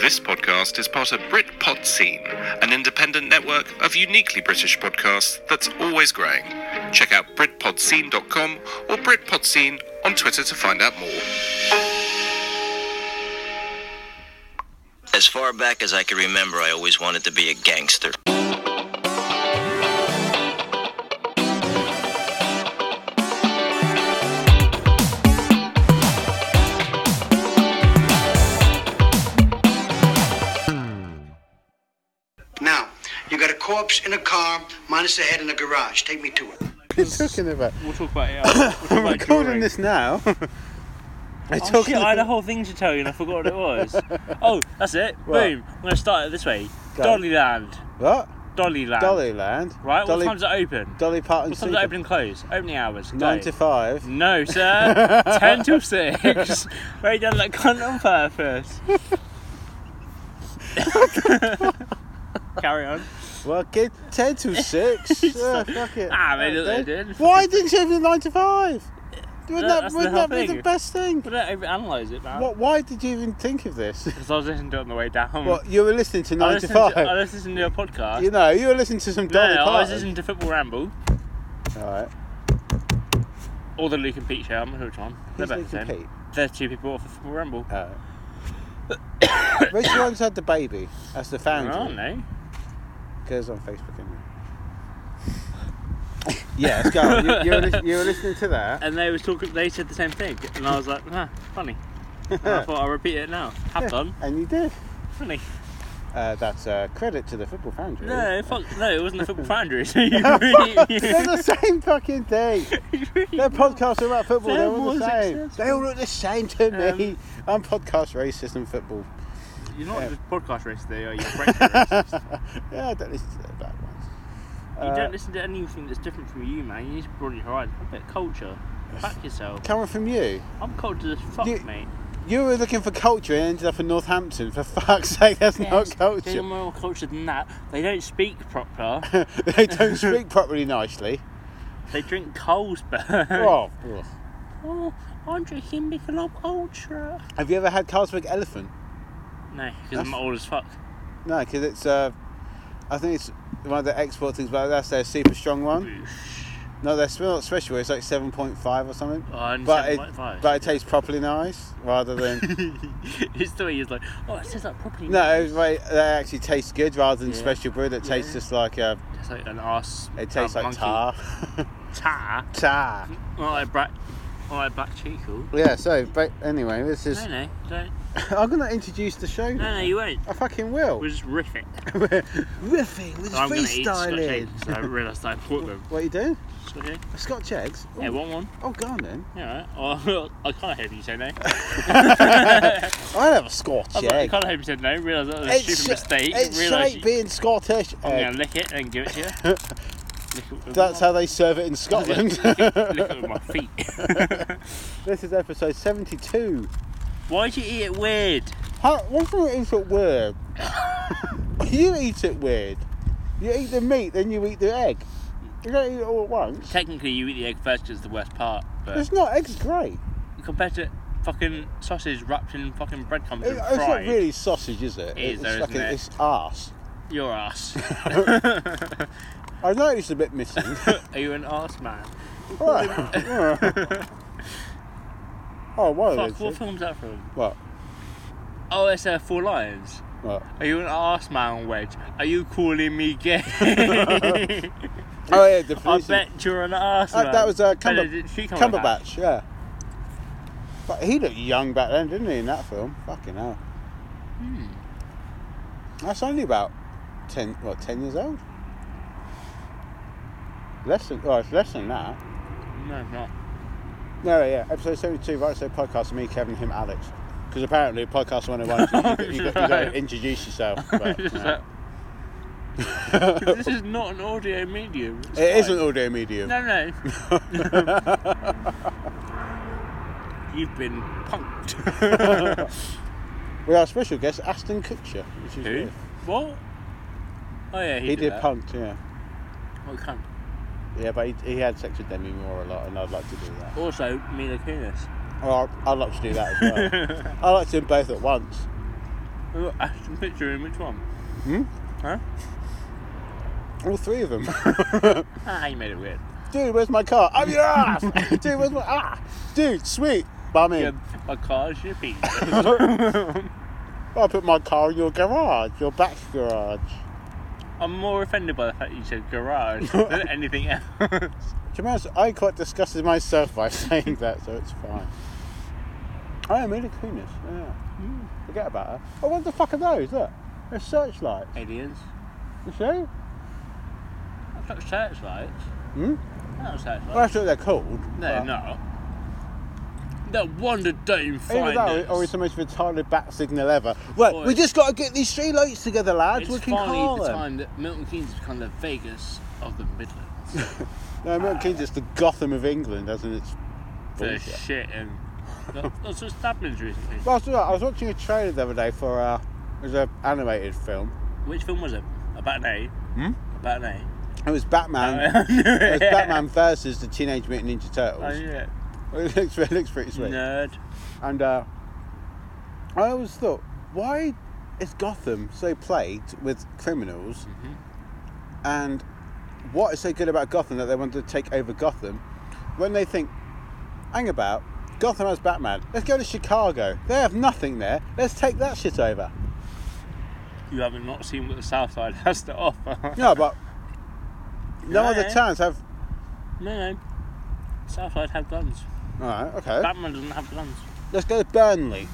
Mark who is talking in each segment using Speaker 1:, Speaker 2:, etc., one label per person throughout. Speaker 1: This podcast is part of Britpod Scene, an independent network of uniquely British podcasts that's always growing. Check out BritpodScene.com or Britpod Scene on Twitter to find out more.
Speaker 2: As far back as I can remember, I always wanted to be a gangster.
Speaker 3: Now, you got a corpse in a car, minus a head in a garage. Take me to it.
Speaker 4: We're talking about?
Speaker 5: We'll talk about it. After. We'll talk
Speaker 4: I'm
Speaker 5: about it
Speaker 4: recording
Speaker 5: during.
Speaker 4: this now. I
Speaker 5: Oh, shit, I had a whole thing to tell you and I forgot what it was. oh, that's it.
Speaker 4: What?
Speaker 5: Boom. I'm going to start it this way.
Speaker 4: Go.
Speaker 5: Dollyland.
Speaker 4: what?
Speaker 5: Dollyland.
Speaker 4: Dollyland.
Speaker 5: Right?
Speaker 4: Dolly,
Speaker 5: What time's it open?
Speaker 4: Dolly Parton.
Speaker 5: What time's it
Speaker 4: Sleeper.
Speaker 5: open and close? Opening hours. Go.
Speaker 4: Nine to five.
Speaker 5: No, sir. 10 till 6. Right done that cunt on purpose. Carry on.
Speaker 4: Well, get ten to six. yeah, fuck it.
Speaker 5: Mm. Ah, they did- they did.
Speaker 4: Why didn't you have the nine to five? Wouldn't
Speaker 5: That-
Speaker 4: that,
Speaker 5: that's the
Speaker 4: wouldn't
Speaker 5: whole
Speaker 4: that be the
Speaker 5: thing.
Speaker 4: best thing?
Speaker 5: But don't overanalyse it, man.
Speaker 4: What? Why did you even think of this?
Speaker 5: Because I was listening to it on the way down.
Speaker 4: What? You were listening to
Speaker 5: Hmm. I
Speaker 4: nine to
Speaker 5: listened
Speaker 4: five.
Speaker 5: to, I listened to a podcast.
Speaker 4: you know, you were listening to some
Speaker 5: no,
Speaker 4: Dolly
Speaker 5: no, I was
Speaker 4: Parton.
Speaker 5: listening to Football Ramble.
Speaker 4: All right.
Speaker 5: Or the Luke and Pete show. I'm not sure which one. They're
Speaker 4: Who's
Speaker 5: about the
Speaker 4: Luke and
Speaker 5: same.
Speaker 4: Pete?
Speaker 5: They're two people off of Football Ramble.
Speaker 4: All right. Which one's had the baby? That's the
Speaker 5: I
Speaker 4: founder.
Speaker 5: don't know.
Speaker 4: goes on Facebook anyway. yeah, let's go. You, you, were lis- you were listening to that.
Speaker 5: And they was talking. They said the same thing, and I was like, "Huh, funny." And I thought I'll repeat it now. Have fun,
Speaker 4: And you did.
Speaker 5: funny.
Speaker 4: Uh, that's uh, credit to the football foundry.
Speaker 5: No, fuck, no, it wasn't the football foundry. So you really,
Speaker 4: They're the same fucking thing.
Speaker 5: you really
Speaker 4: Their podcasts are about football. They're
Speaker 5: They're
Speaker 4: all the
Speaker 5: more
Speaker 4: same.
Speaker 5: successful.
Speaker 4: They all look the same to
Speaker 5: Um,
Speaker 4: me. I'm podcast racist and football.
Speaker 5: you're not just podcast racist, though. You're racist.
Speaker 4: Yeah, I don't listen to their bad ones.
Speaker 5: you
Speaker 4: Uh,
Speaker 5: don't listen to anything that's different from you, man. You need to broaden your horizon. A bit of culture. Back yourself.
Speaker 4: Coming from you,
Speaker 5: I'm cultured as fuck,
Speaker 4: You-
Speaker 5: mate.
Speaker 4: you were looking for culture and ended up in Northampton. For fuck's sake, that's not
Speaker 5: They're
Speaker 4: culture.
Speaker 5: more cultured than that. They don't speak proper.
Speaker 4: they don't speak properly nicely.
Speaker 5: they drink Carlsberg.
Speaker 4: Oh, ugh.
Speaker 5: Oh, I'm drinking Michelob Ultra.
Speaker 4: Have you ever had Carlsberg Elephant?
Speaker 5: No, because I'm
Speaker 4: That's-
Speaker 5: old as fuck.
Speaker 4: No, because it's. Uh, I think it's one of the export things, but that's their super strong one. No, they're still not special. It's like seven point five or something.
Speaker 5: Oh, and
Speaker 4: but it,
Speaker 5: 7.5.
Speaker 4: but it tastes properly nice, rather than
Speaker 5: it's the way he's like, oh, it says that properly.
Speaker 4: no, it's right, they actually taste good rather than
Speaker 5: Yeah.
Speaker 4: special brew that tastes
Speaker 5: Yeah.
Speaker 4: just like a.
Speaker 5: It's like an ass.
Speaker 4: It tastes
Speaker 5: uh,
Speaker 4: like
Speaker 5: monkey.
Speaker 4: tar.
Speaker 5: Tar.
Speaker 4: tar.
Speaker 5: Not like black. Not like black cheekle.
Speaker 4: Yeah. So, but anyway, this is.
Speaker 5: No, no, don't.
Speaker 4: I'm gonna introduce the show.
Speaker 5: No,
Speaker 4: now.
Speaker 5: no, you won't.
Speaker 4: I fucking will.
Speaker 5: We'll just riff it.
Speaker 4: riffing, we're
Speaker 5: So I'm gonna eat Scotch
Speaker 4: freestyling.
Speaker 5: eggs. So I realised I bought them.
Speaker 4: What are you doing?
Speaker 5: Scotch egg?
Speaker 4: Scotch eggs.
Speaker 5: Yeah,
Speaker 4: Ooh.
Speaker 5: want one.
Speaker 4: Oh, go on then.
Speaker 5: Yeah, right. Oh, I can't help you say no.
Speaker 4: I have Scotch
Speaker 5: I was like, I
Speaker 4: egg.
Speaker 5: can't help you said no. Realised that was a stupid mistake.
Speaker 4: It's
Speaker 5: realised
Speaker 4: shite
Speaker 5: you-
Speaker 4: being Scottish.
Speaker 5: I'm
Speaker 4: egg.
Speaker 5: gonna lick it and give it to you. Lick it with
Speaker 4: That's
Speaker 5: my-
Speaker 4: how they serve it in Scotland.
Speaker 5: lick it with my feet.
Speaker 4: this is episode 72.
Speaker 5: Why'd you eat it weird?
Speaker 4: How, what's wrong with eating it weird? you eat it weird. You eat the meat, then you eat the egg. You don't eat it all at once.
Speaker 5: Technically, you eat the egg first, 'cause it's the worst part. But
Speaker 4: It's not, egg's great.
Speaker 5: compared to fucking sausage wrapped in fucking breadcrumbs
Speaker 4: It-
Speaker 5: and
Speaker 4: it's not
Speaker 5: fried,
Speaker 4: really sausage, is it?
Speaker 5: It
Speaker 4: it's
Speaker 5: is though,
Speaker 4: like
Speaker 5: isn't
Speaker 4: a-
Speaker 5: it?
Speaker 4: It's arse.
Speaker 5: your ass.
Speaker 4: I noticed a bit missing.
Speaker 5: Are you an ass man?
Speaker 4: Right. oh, one of
Speaker 5: Fuck, what
Speaker 4: those.
Speaker 5: film's that from?
Speaker 4: What?
Speaker 5: Oh, it's uh, Four Lions.
Speaker 4: What?
Speaker 5: Are you an ass man, Wedge? Are you calling me gay? I
Speaker 4: Oh yeah, the police.
Speaker 5: bet you're an ass
Speaker 4: Uh,
Speaker 5: man.
Speaker 4: that was uh, Cumber-
Speaker 5: Benedict Cumberbatch.
Speaker 4: Cumberbatch. Yeah. But he looked young back then, didn't he? In that film, fucking hell.
Speaker 5: Hmm.
Speaker 4: That's only about ten. What? Ten years old? Less than. Well, it's less than that.
Speaker 5: No, it's not.
Speaker 4: No, yeah. Episode seventy-two, right? So podcast. Me, Kevin, him, Alex. Because apparently, podcast one hundred one, you got to
Speaker 5: Right.
Speaker 4: introduce yourself. But,
Speaker 5: Just
Speaker 4: no.
Speaker 5: like- 'Cause this is not an audio medium. It's
Speaker 4: It is
Speaker 5: fine.
Speaker 4: an audio medium.
Speaker 5: No, no. You've been punked.
Speaker 4: We have special guest Aston Kutcher, which is weird.
Speaker 5: What? Oh yeah, he,
Speaker 4: He did
Speaker 5: that.
Speaker 4: punked, yeah.
Speaker 5: What cunt?
Speaker 4: Yeah, but he, he had sex with Demi Moore a lot, and I'd like to do that.
Speaker 5: Also, Mila Kunis.
Speaker 4: Or I'd like to do that as well. I'd like to do them both at once.
Speaker 5: Oh, Look, Ashton Kutcher in which one?
Speaker 4: Hmm? All three of them.
Speaker 5: Ah, you made it weird.
Speaker 4: Dude, where's my car? I'm your ass. Dude, where's my ah? Dude, sweet. Bum in.
Speaker 5: Yeah, my car's your pizza.
Speaker 4: I put my car in your garage, your back garage.
Speaker 5: I'm more offended by the fact you said garage than anything else.
Speaker 4: To be honest, I quite disgusted myself by saying that, so it's fine. I am Mila Kunis. Yeah.
Speaker 5: Hmm.
Speaker 4: Forget about her. Oh, what the fuck are those? Look, they're searchlights.
Speaker 5: Aliens.
Speaker 4: You see?
Speaker 5: That's not searchlights.
Speaker 4: Hmm?
Speaker 5: That's
Speaker 4: Well,
Speaker 5: searchlights.
Speaker 4: that's what they're called.
Speaker 5: No,
Speaker 4: but-
Speaker 5: no. That wonder don't
Speaker 4: Either
Speaker 5: find
Speaker 4: that or-
Speaker 5: us.
Speaker 4: or it's the most retarded bat signal ever. Right,
Speaker 5: Or
Speaker 4: we
Speaker 5: it's-
Speaker 4: just got to get these street lights together, lads.
Speaker 5: It's
Speaker 4: we can
Speaker 5: finally
Speaker 4: call
Speaker 5: the
Speaker 4: them.
Speaker 5: time that Milton Keynes has become the Vegas of the Midlands.
Speaker 4: No, Milton Keynes is the Gotham of England, hasn't it? It's
Speaker 5: For
Speaker 4: bullshit.
Speaker 5: shit and that- that's what's happened recently.
Speaker 4: Well, I was, I was watching a trailer the other day for uh, it was an animated film.
Speaker 5: Which film was it? About an A.
Speaker 4: Hmm?
Speaker 5: About an A.
Speaker 4: It was Batman.
Speaker 5: I knew
Speaker 4: it was
Speaker 5: it.
Speaker 4: Batman versus the Teenage Mutant Ninja
Speaker 5: I
Speaker 4: Turtles.
Speaker 5: knew it.
Speaker 4: It looks, it looks pretty sweet.
Speaker 5: Nerd.
Speaker 4: And uh, I always thought, why is Gotham so plagued with criminals? And what is so good about Gotham that they want to take over Gotham? When they think, hang about, Gotham has Batman. Let's go to Chicago. They have nothing there. Let's take that shit over.
Speaker 5: You haven't not seen what the South Side has to offer.
Speaker 4: No, but no
Speaker 5: Yeah.
Speaker 4: other towns have.
Speaker 5: No, no. Southside have guns.
Speaker 4: All right, okay.
Speaker 5: Batman doesn't have guns.
Speaker 4: Let's go to Burnley.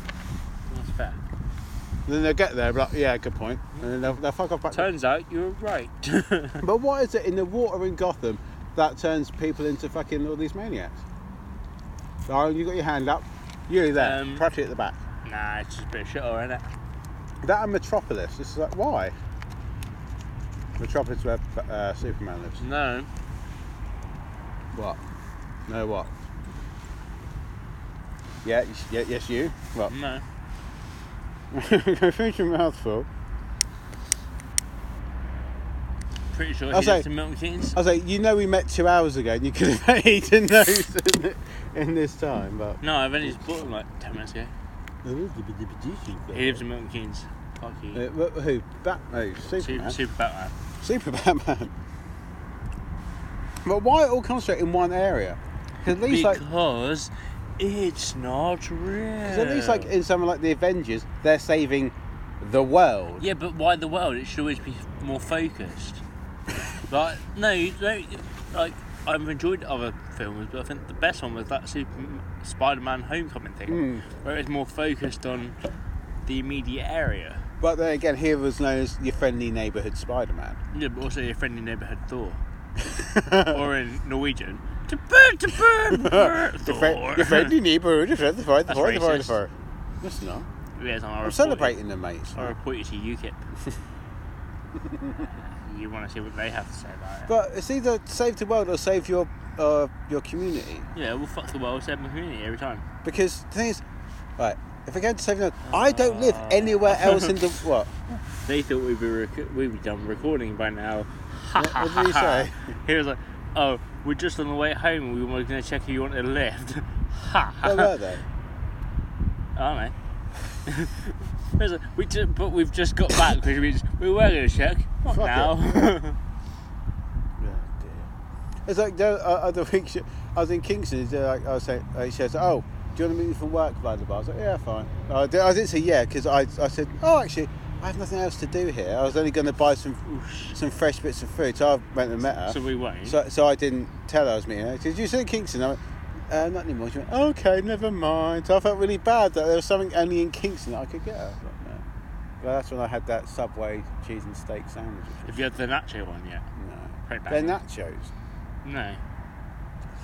Speaker 5: That's fair.
Speaker 4: Then they'll get there, but yeah, good point. And then they'll, they'll fuck off back. to-
Speaker 5: Turns out you were right.
Speaker 4: But what is it in the water in Gotham that turns people into fucking all these maniacs? Oh, you got your hand up. You there,
Speaker 5: Um,
Speaker 4: Pratchett at the back.
Speaker 5: nah, it's just a bit of shit, isn't it?
Speaker 4: That and Metropolis. It's like why? Metropolis where uh, Superman lives.
Speaker 5: No.
Speaker 4: What? No what? Yeah, yes- yeah, yes, you. What?
Speaker 5: No.
Speaker 4: Finish your mouthful.
Speaker 5: Pretty sure
Speaker 4: I'll
Speaker 5: he
Speaker 4: say-
Speaker 5: lives in Milton Keynes.
Speaker 4: I was like, you know, we met two hours ago, and you could have eaten those in, thi- in this time, but.
Speaker 5: No, I've only just bought him like 10 minutes ago. He lives in Milton Keynes. Fuck you.
Speaker 4: Uh, wh- who? Bat? No,
Speaker 5: Super,
Speaker 4: Superman.
Speaker 5: super Batman.
Speaker 4: Super Batman. But why it all concentrate in one area? 'Cause at least like,
Speaker 5: Because it's not real.
Speaker 4: 'cause at least like in something like the Avengers, they're saving the world.
Speaker 5: Yeah, but why the world? It should always be more focused. like, no, you don't. Like, I've enjoyed other films, but I think the best one was that Super Spider-Man Homecoming thing,
Speaker 4: Hmm.
Speaker 5: where it was more focused on the immediate area.
Speaker 4: But then again, here was known as your friendly neighbourhood Spider-Man.
Speaker 5: Yeah, but also your friendly neighbourhood Thor, or in Norwegian, to burn, to burn, burn,
Speaker 4: Your,
Speaker 5: Thor.
Speaker 4: fri- your friendly neighbourhood, your friend, the friend, the
Speaker 5: That's
Speaker 4: friend, the friend, the
Speaker 5: racist.
Speaker 4: friend. That's not.
Speaker 5: Yes, I'll
Speaker 4: I'm
Speaker 5: report
Speaker 4: celebrating them, mate.
Speaker 5: You. I'll report you to UKIP. you want to see what they have to say about it?
Speaker 4: But it's either save the world or save your uh, your community.
Speaker 5: yeah, we'll fuck the world, save my community every time.
Speaker 4: Because the thing is, right, if we're going to save the I don't live anywhere else in the what?
Speaker 5: They thought we'd be rec- we'd be done recording by now.
Speaker 4: What, what did he say?
Speaker 5: He was like, "Oh, we're just on the way home. We were going to check if you wanted a lift." Ha!
Speaker 4: Where were they?
Speaker 5: Aren't they? He was like, we just, but we've just got back because we, just- we were going to check. Not
Speaker 4: Fuck
Speaker 5: now.
Speaker 4: It's like the uh, other week, she- I was in Kingston, they're like, I was saying, uh, she says, Oh, do you want to meet me for work? Blah, blah, blah. I was like, Yeah, fine. I, did, I didn't say yeah, because I, I said, Oh, actually, I have nothing else to do here. I was only going to buy some some fresh bits of food. So I went and met her.
Speaker 5: so we won't.
Speaker 4: So, so I didn't tell her I was meeting her. Did you see Kingston? I went, uh, not anymore. She went, okay, never mind. So I felt really bad that there was something only in Kingston that I could get her. I was like, "No." Well, that's when I had that Subway cheese and steak sandwich.
Speaker 5: Have you had the nacho one yet?
Speaker 4: No.
Speaker 5: Right back.
Speaker 4: They're nachos.
Speaker 5: No.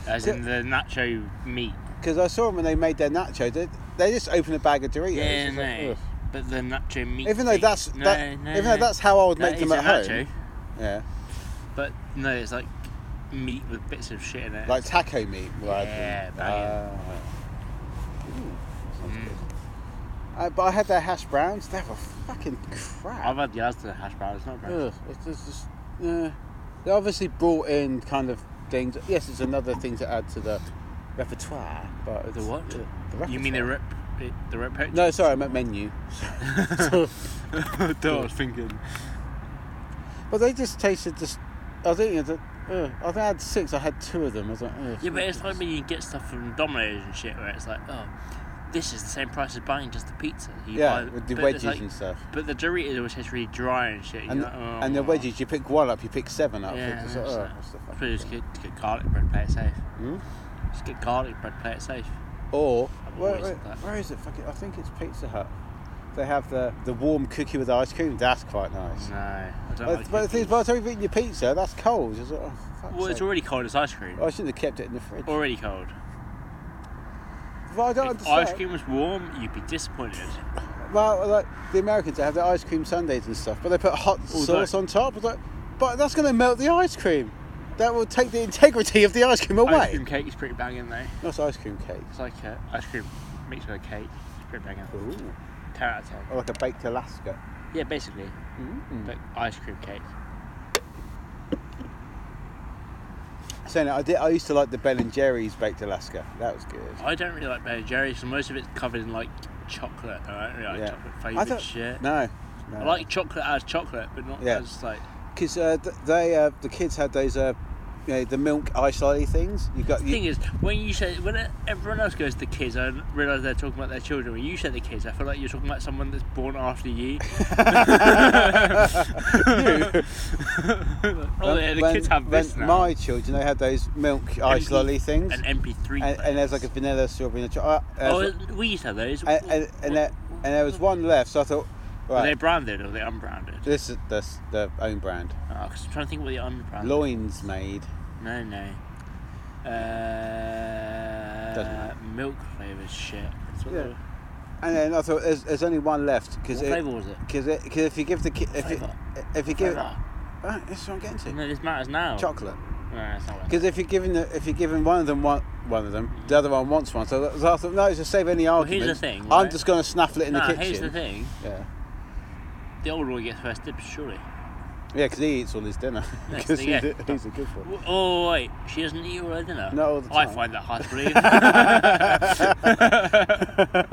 Speaker 5: As in the nacho meat.
Speaker 4: Because I saw them when they made their nachos. They, they just opened a bag of Doritos.
Speaker 5: Yeah,
Speaker 4: It's
Speaker 5: no.
Speaker 4: like, ugh.
Speaker 5: but the nacho meat.
Speaker 4: Even though
Speaker 5: thing-
Speaker 4: that's
Speaker 5: no,
Speaker 4: that,
Speaker 5: no,
Speaker 4: even
Speaker 5: no.
Speaker 4: though that's how I would
Speaker 5: That
Speaker 4: make them at
Speaker 5: is a
Speaker 4: home.
Speaker 5: nacho.
Speaker 4: Yeah,
Speaker 5: But no, it's like meat with bits of shit in it.
Speaker 4: like taco meat. rather
Speaker 5: Yeah,
Speaker 4: than-
Speaker 5: banging. Mm.
Speaker 4: Ah. Ooh, sounds good. Uh, but I had their hash browns. They were fucking crap.
Speaker 5: I've had the Asda hash brown. It's not very.
Speaker 4: Ugh, it's, it's just uh, they obviously brought in kind of things. Yes, it's another thing to add to the repertoire. But it's,
Speaker 5: The what?
Speaker 4: uh, the
Speaker 5: you mean the
Speaker 4: repertoire.
Speaker 5: rep, the rep?
Speaker 4: No, sorry, I meant menu.
Speaker 5: That's what I was thinking.
Speaker 4: But they just tasted just. I think it. Uh, I think I had six. I had two of them. I was like, ugh.
Speaker 5: Yeah, but it's like when you get stuff from Domino's and shit, where it's like, oh, this is the same price as buying just the pizza. You
Speaker 4: yeah,
Speaker 5: buy-
Speaker 4: with the
Speaker 5: but it's
Speaker 4: wedges
Speaker 5: like-
Speaker 4: and stuff.
Speaker 5: But the Doritos always taste really dry and shit. you're
Speaker 4: And,
Speaker 5: like, oh.
Speaker 4: and the wedges, you pick one up, you pick seven up.
Speaker 5: Yeah,
Speaker 4: It's
Speaker 5: I
Speaker 4: like,
Speaker 5: know,
Speaker 4: oh,
Speaker 5: so-
Speaker 4: what's the
Speaker 5: I
Speaker 4: fuck?
Speaker 5: suppose just get, get garlic bread, play it safe.
Speaker 4: Hmm?
Speaker 5: Just get garlic bread, play it safe.
Speaker 4: Or
Speaker 5: I've
Speaker 4: where,
Speaker 5: always
Speaker 4: where-
Speaker 5: said that.
Speaker 4: where is it? Fuck it, I think it's Pizza Hut. They have the, the warm cookie with ice cream. That's quite nice.
Speaker 5: No, I don't
Speaker 4: But,
Speaker 5: like
Speaker 4: but the thing is,
Speaker 5: cookies.
Speaker 4: by the time you've eaten your pizza, that's cold. It's like, oh, fuck's
Speaker 5: Well, it's
Speaker 4: sake.
Speaker 5: already cold as ice cream.
Speaker 4: I shouldn't have kept it in the fridge.
Speaker 5: Already cold.
Speaker 4: But I don't
Speaker 5: If ice
Speaker 4: understand.
Speaker 5: cream was warm, you'd be disappointed.
Speaker 4: Well, like the Americans, they have their ice cream sundaes and stuff, but they put hot sauce
Speaker 5: that-
Speaker 4: on top. It's like, but that's going to melt the ice cream. That will take the integrity of the ice cream away.
Speaker 5: Ice cream cake is pretty banging though.
Speaker 4: That's ice cream cake.
Speaker 5: It's like uh, ice cream mixed with a cake. It's pretty banging.
Speaker 4: Ooh.
Speaker 5: Ten out of ten.
Speaker 4: Or like a baked Alaska.
Speaker 5: Yeah, basically.
Speaker 4: Mm.
Speaker 5: But ice cream cake.
Speaker 4: Saying that, I did. I used to like the Ben and Jerry's baked Alaska. That was good.
Speaker 5: I don't really like Ben and Jerry's. so Most of it's covered in like chocolate. and I don't really like
Speaker 4: Yeah.
Speaker 5: chocolate
Speaker 4: I
Speaker 5: flavoured
Speaker 4: thought-
Speaker 5: shit.
Speaker 4: No. no.
Speaker 5: I like chocolate as chocolate, but not
Speaker 4: Yeah.
Speaker 5: as like
Speaker 4: because uh, th- they uh, the kids had those uh, you know, the milk ice lolly things. You got
Speaker 5: The
Speaker 4: you,
Speaker 5: thing is, when you say when everyone else goes to the kids, I realise they're talking about their children. When you say the kids, I feel like you're talking about someone that's born after you. oh, yeah, the
Speaker 4: when-
Speaker 5: kids have
Speaker 4: when
Speaker 5: this now.
Speaker 4: My children, they had those milk ice
Speaker 5: MP
Speaker 4: lolly things,
Speaker 5: An
Speaker 4: and,
Speaker 5: MP3.
Speaker 4: and,
Speaker 5: player.
Speaker 4: there's like a vanilla strawberry and a chocolate. Uh,
Speaker 5: oh, we used to have those.
Speaker 4: and, and, and, there, and there was one left, so I thought,
Speaker 5: Are they
Speaker 4: right,
Speaker 5: branded or are they unbranded?
Speaker 4: this is the, the own brand.
Speaker 5: Oh, 'cause I'm trying to think what the unbranded.
Speaker 4: Loins made.
Speaker 5: No, no. Uh,
Speaker 4: matter.
Speaker 5: milk flavoured shit. That's what
Speaker 4: Yeah.
Speaker 5: they were-
Speaker 4: And then I thought, there's, there's only one left because
Speaker 5: What flavour was it?
Speaker 4: Because if you give the kid, if, you-
Speaker 5: Flavour.
Speaker 4: if you give,
Speaker 5: Flavour.
Speaker 4: Ah, this is what I'm getting to.
Speaker 5: No, this matters now.
Speaker 4: Chocolate.
Speaker 5: No, it's not.
Speaker 4: Because if you're giving the, if you're giving one of them one, one of them, the other one wants one. So, that- so I thought, no, just save any
Speaker 5: Mm. here's
Speaker 4: argument.
Speaker 5: the thing,
Speaker 4: I'm
Speaker 5: right?
Speaker 4: just going to snaffle it in
Speaker 5: Nah,
Speaker 4: the kitchen.
Speaker 5: here's the thing.
Speaker 4: Yeah,
Speaker 5: The older one gets first dibs, surely.
Speaker 4: yeah, because he eats all his dinner.
Speaker 5: Yes,
Speaker 4: Because
Speaker 5: yeah.
Speaker 4: he's, a- he's a good one.
Speaker 5: W- Oh wait, she doesn't eat all her dinner.
Speaker 4: Not all the
Speaker 5: I
Speaker 4: time.
Speaker 5: find that hard to believe.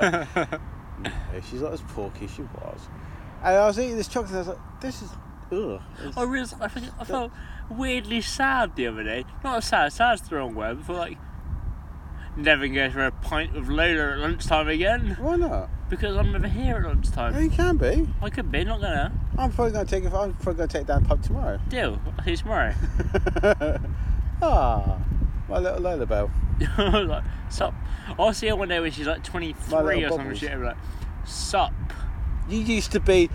Speaker 4: Yeah, She's not as porky as she was. And I was eating this chocolate, and I was like, this is, ugh. It's-
Speaker 5: I realised I, think, I felt weirdly sad the other day. Not sad, sad's the wrong word. But felt like never go for a pint with Lola at lunchtime again
Speaker 4: Why not?
Speaker 5: because I'm never here at
Speaker 4: Yeah,
Speaker 5: lunchtime.
Speaker 4: you can be.
Speaker 5: I could be, not gonna.
Speaker 4: I'm probably going to take. I'm probably going to take down pub tomorrow.
Speaker 5: Deal. I'll see you tomorrow.
Speaker 4: ah, my little Lolabelle.
Speaker 5: I was like, sup. I'll see her one day when she's like 23 or
Speaker 4: little
Speaker 5: something.
Speaker 4: bubbles.
Speaker 5: Shit, I'll be like, sup.
Speaker 4: You used to be.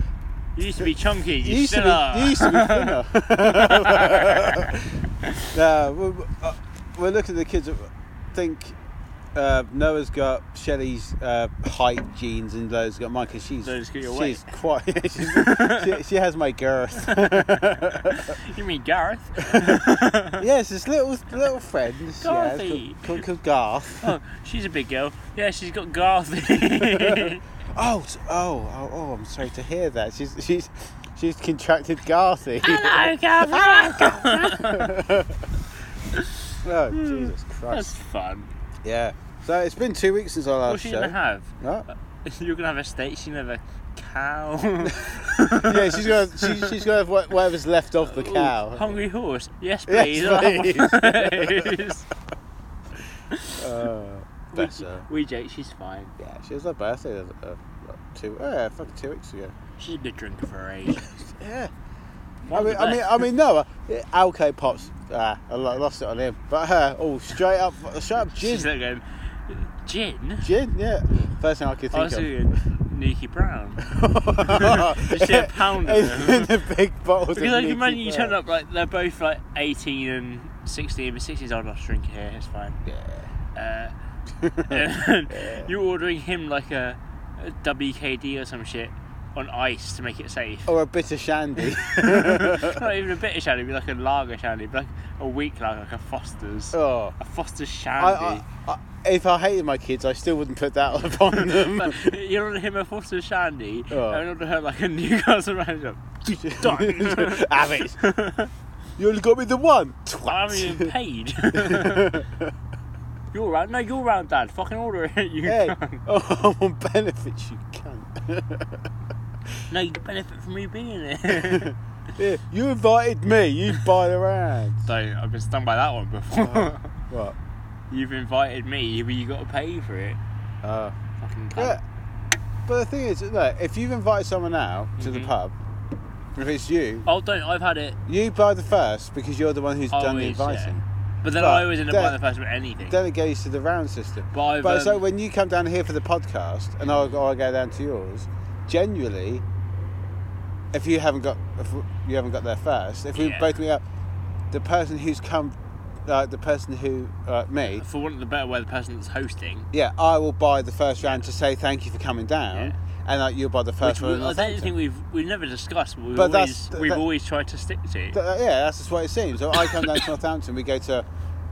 Speaker 5: You used to be chunky. You,
Speaker 4: You used
Speaker 5: still
Speaker 4: to be.
Speaker 5: are.
Speaker 4: You used to be thinner. no, we're, uh, we're looking at the kids. I think uh, Noah's got Shelley's uh, height jeans, and Lola's got mine because she's
Speaker 5: Lola's got your
Speaker 4: she's quite. she's- she, she has my girth.
Speaker 5: You mean Gareth?
Speaker 4: yes, it's little little friends. Yeah,
Speaker 5: Garthy.
Speaker 4: it's called, called Garth.
Speaker 5: oh, she's a big girl. Yeah, she's got Garthy.
Speaker 4: Oh, t- oh, oh, oh, I'm sorry to hear that. She's she's she's contracted Garthy.
Speaker 5: Hello, Gareth.
Speaker 4: oh, Jesus
Speaker 5: Hmm. That's
Speaker 4: Christ.
Speaker 5: fun.
Speaker 4: Yeah. So it's been two weeks since our last
Speaker 5: What's she
Speaker 4: show.
Speaker 5: gonna have?
Speaker 4: What?
Speaker 5: You're gonna have a steak. She's gonna have a cow.
Speaker 4: yeah, she's gonna she, she's gonna have wha- whatever's left of the cow.
Speaker 5: Ooh, hungry horse. Yes,
Speaker 4: Yes,
Speaker 5: please. I'll have one of those.
Speaker 4: Uh, bless her.
Speaker 5: we joke. She's fine.
Speaker 4: Yeah, she was her birthday the other- uh, what, two oh, yeah, fucking two weeks ago.
Speaker 5: She's a good drinker for her age.
Speaker 4: Yeah. I
Speaker 5: One
Speaker 4: mean,
Speaker 5: of the
Speaker 4: I mean,
Speaker 5: best.
Speaker 4: I mean, Noah, yeah, Alco pops. Ah, I lo- lost it on him. But her, oh, straight up, straight up
Speaker 5: She's
Speaker 4: gin,
Speaker 5: like going, gin.
Speaker 4: gin, yeah. First thing I could
Speaker 5: I was
Speaker 4: think of.
Speaker 5: thinking Nikki Brown.
Speaker 4: Just
Speaker 5: Just get a pound of
Speaker 4: in
Speaker 5: them.
Speaker 4: the big bottles.
Speaker 5: Because I can imagine you turn up like they're both like 18 and 16, but 16 is old enough to drink here, it's fine. Uh, and you're ordering him like a, a WKD or some shit on ice to make it safe.
Speaker 4: or a bit of shandy.
Speaker 5: Not even a bit of shandy, but like a lager shandy, but like a weak lager, like a Foster's.
Speaker 4: oh,
Speaker 5: A Foster's
Speaker 4: I,
Speaker 5: shandy.
Speaker 4: I, I, if I hated my kids, I still wouldn't put that upon them.
Speaker 5: But you order him a Foster's shandy,
Speaker 4: Oh.
Speaker 5: and order her like a Newcastle Roundup. Done.
Speaker 4: Have it. You only got me the one.
Speaker 5: I
Speaker 4: Twat.
Speaker 5: haven't even paid. You're round. No, you're round, Dad. Fucking order it. You
Speaker 4: Hey,
Speaker 5: can't.
Speaker 4: oh, on benefits, you cunt.
Speaker 5: No, you benefit from me being here.
Speaker 4: Yeah, you invited me, you buy the round.
Speaker 5: so I've been stung by that one
Speaker 4: Oh.
Speaker 5: before.
Speaker 4: What?
Speaker 5: You've invited me, but you got to pay for it.
Speaker 4: Uh,
Speaker 5: Fucking cunt.
Speaker 4: yeah. But the thing is, look, if you've invited someone out to the
Speaker 5: Mhm.
Speaker 4: pub, if it's you,
Speaker 5: Oh, don't. I've had it.
Speaker 4: you buy the first because you're the one who's done the
Speaker 5: Always, yeah.
Speaker 4: inviting.
Speaker 5: But then
Speaker 4: But
Speaker 5: I always end up
Speaker 4: then-
Speaker 5: buying the first one anything.
Speaker 4: Then it goes to the round system.
Speaker 5: But I've,
Speaker 4: but so
Speaker 5: um,
Speaker 4: when you come down here for the podcast, and I'll, go- I'll go down to yours, generally, if you haven't got if you haven't got there first, if we
Speaker 5: Yeah.
Speaker 4: both meet up, the person who's come, uh, the person who uh, me,
Speaker 5: for want of a better way, the person that's hosting.
Speaker 4: yeah, I will buy the first round to say thank you for coming down,
Speaker 5: Yeah.
Speaker 4: and like, you'll buy the first
Speaker 5: Which
Speaker 4: one.
Speaker 5: we,
Speaker 4: and
Speaker 5: I
Speaker 4: I'll thank
Speaker 5: don't
Speaker 4: them.
Speaker 5: think we've we've never discussed, but we've
Speaker 4: But that's-
Speaker 5: always
Speaker 4: th-
Speaker 5: we've
Speaker 4: that-
Speaker 5: always tried to stick to. it.
Speaker 4: Th- uh, yeah, that's just what it seems. So I come down to Northampton, we go to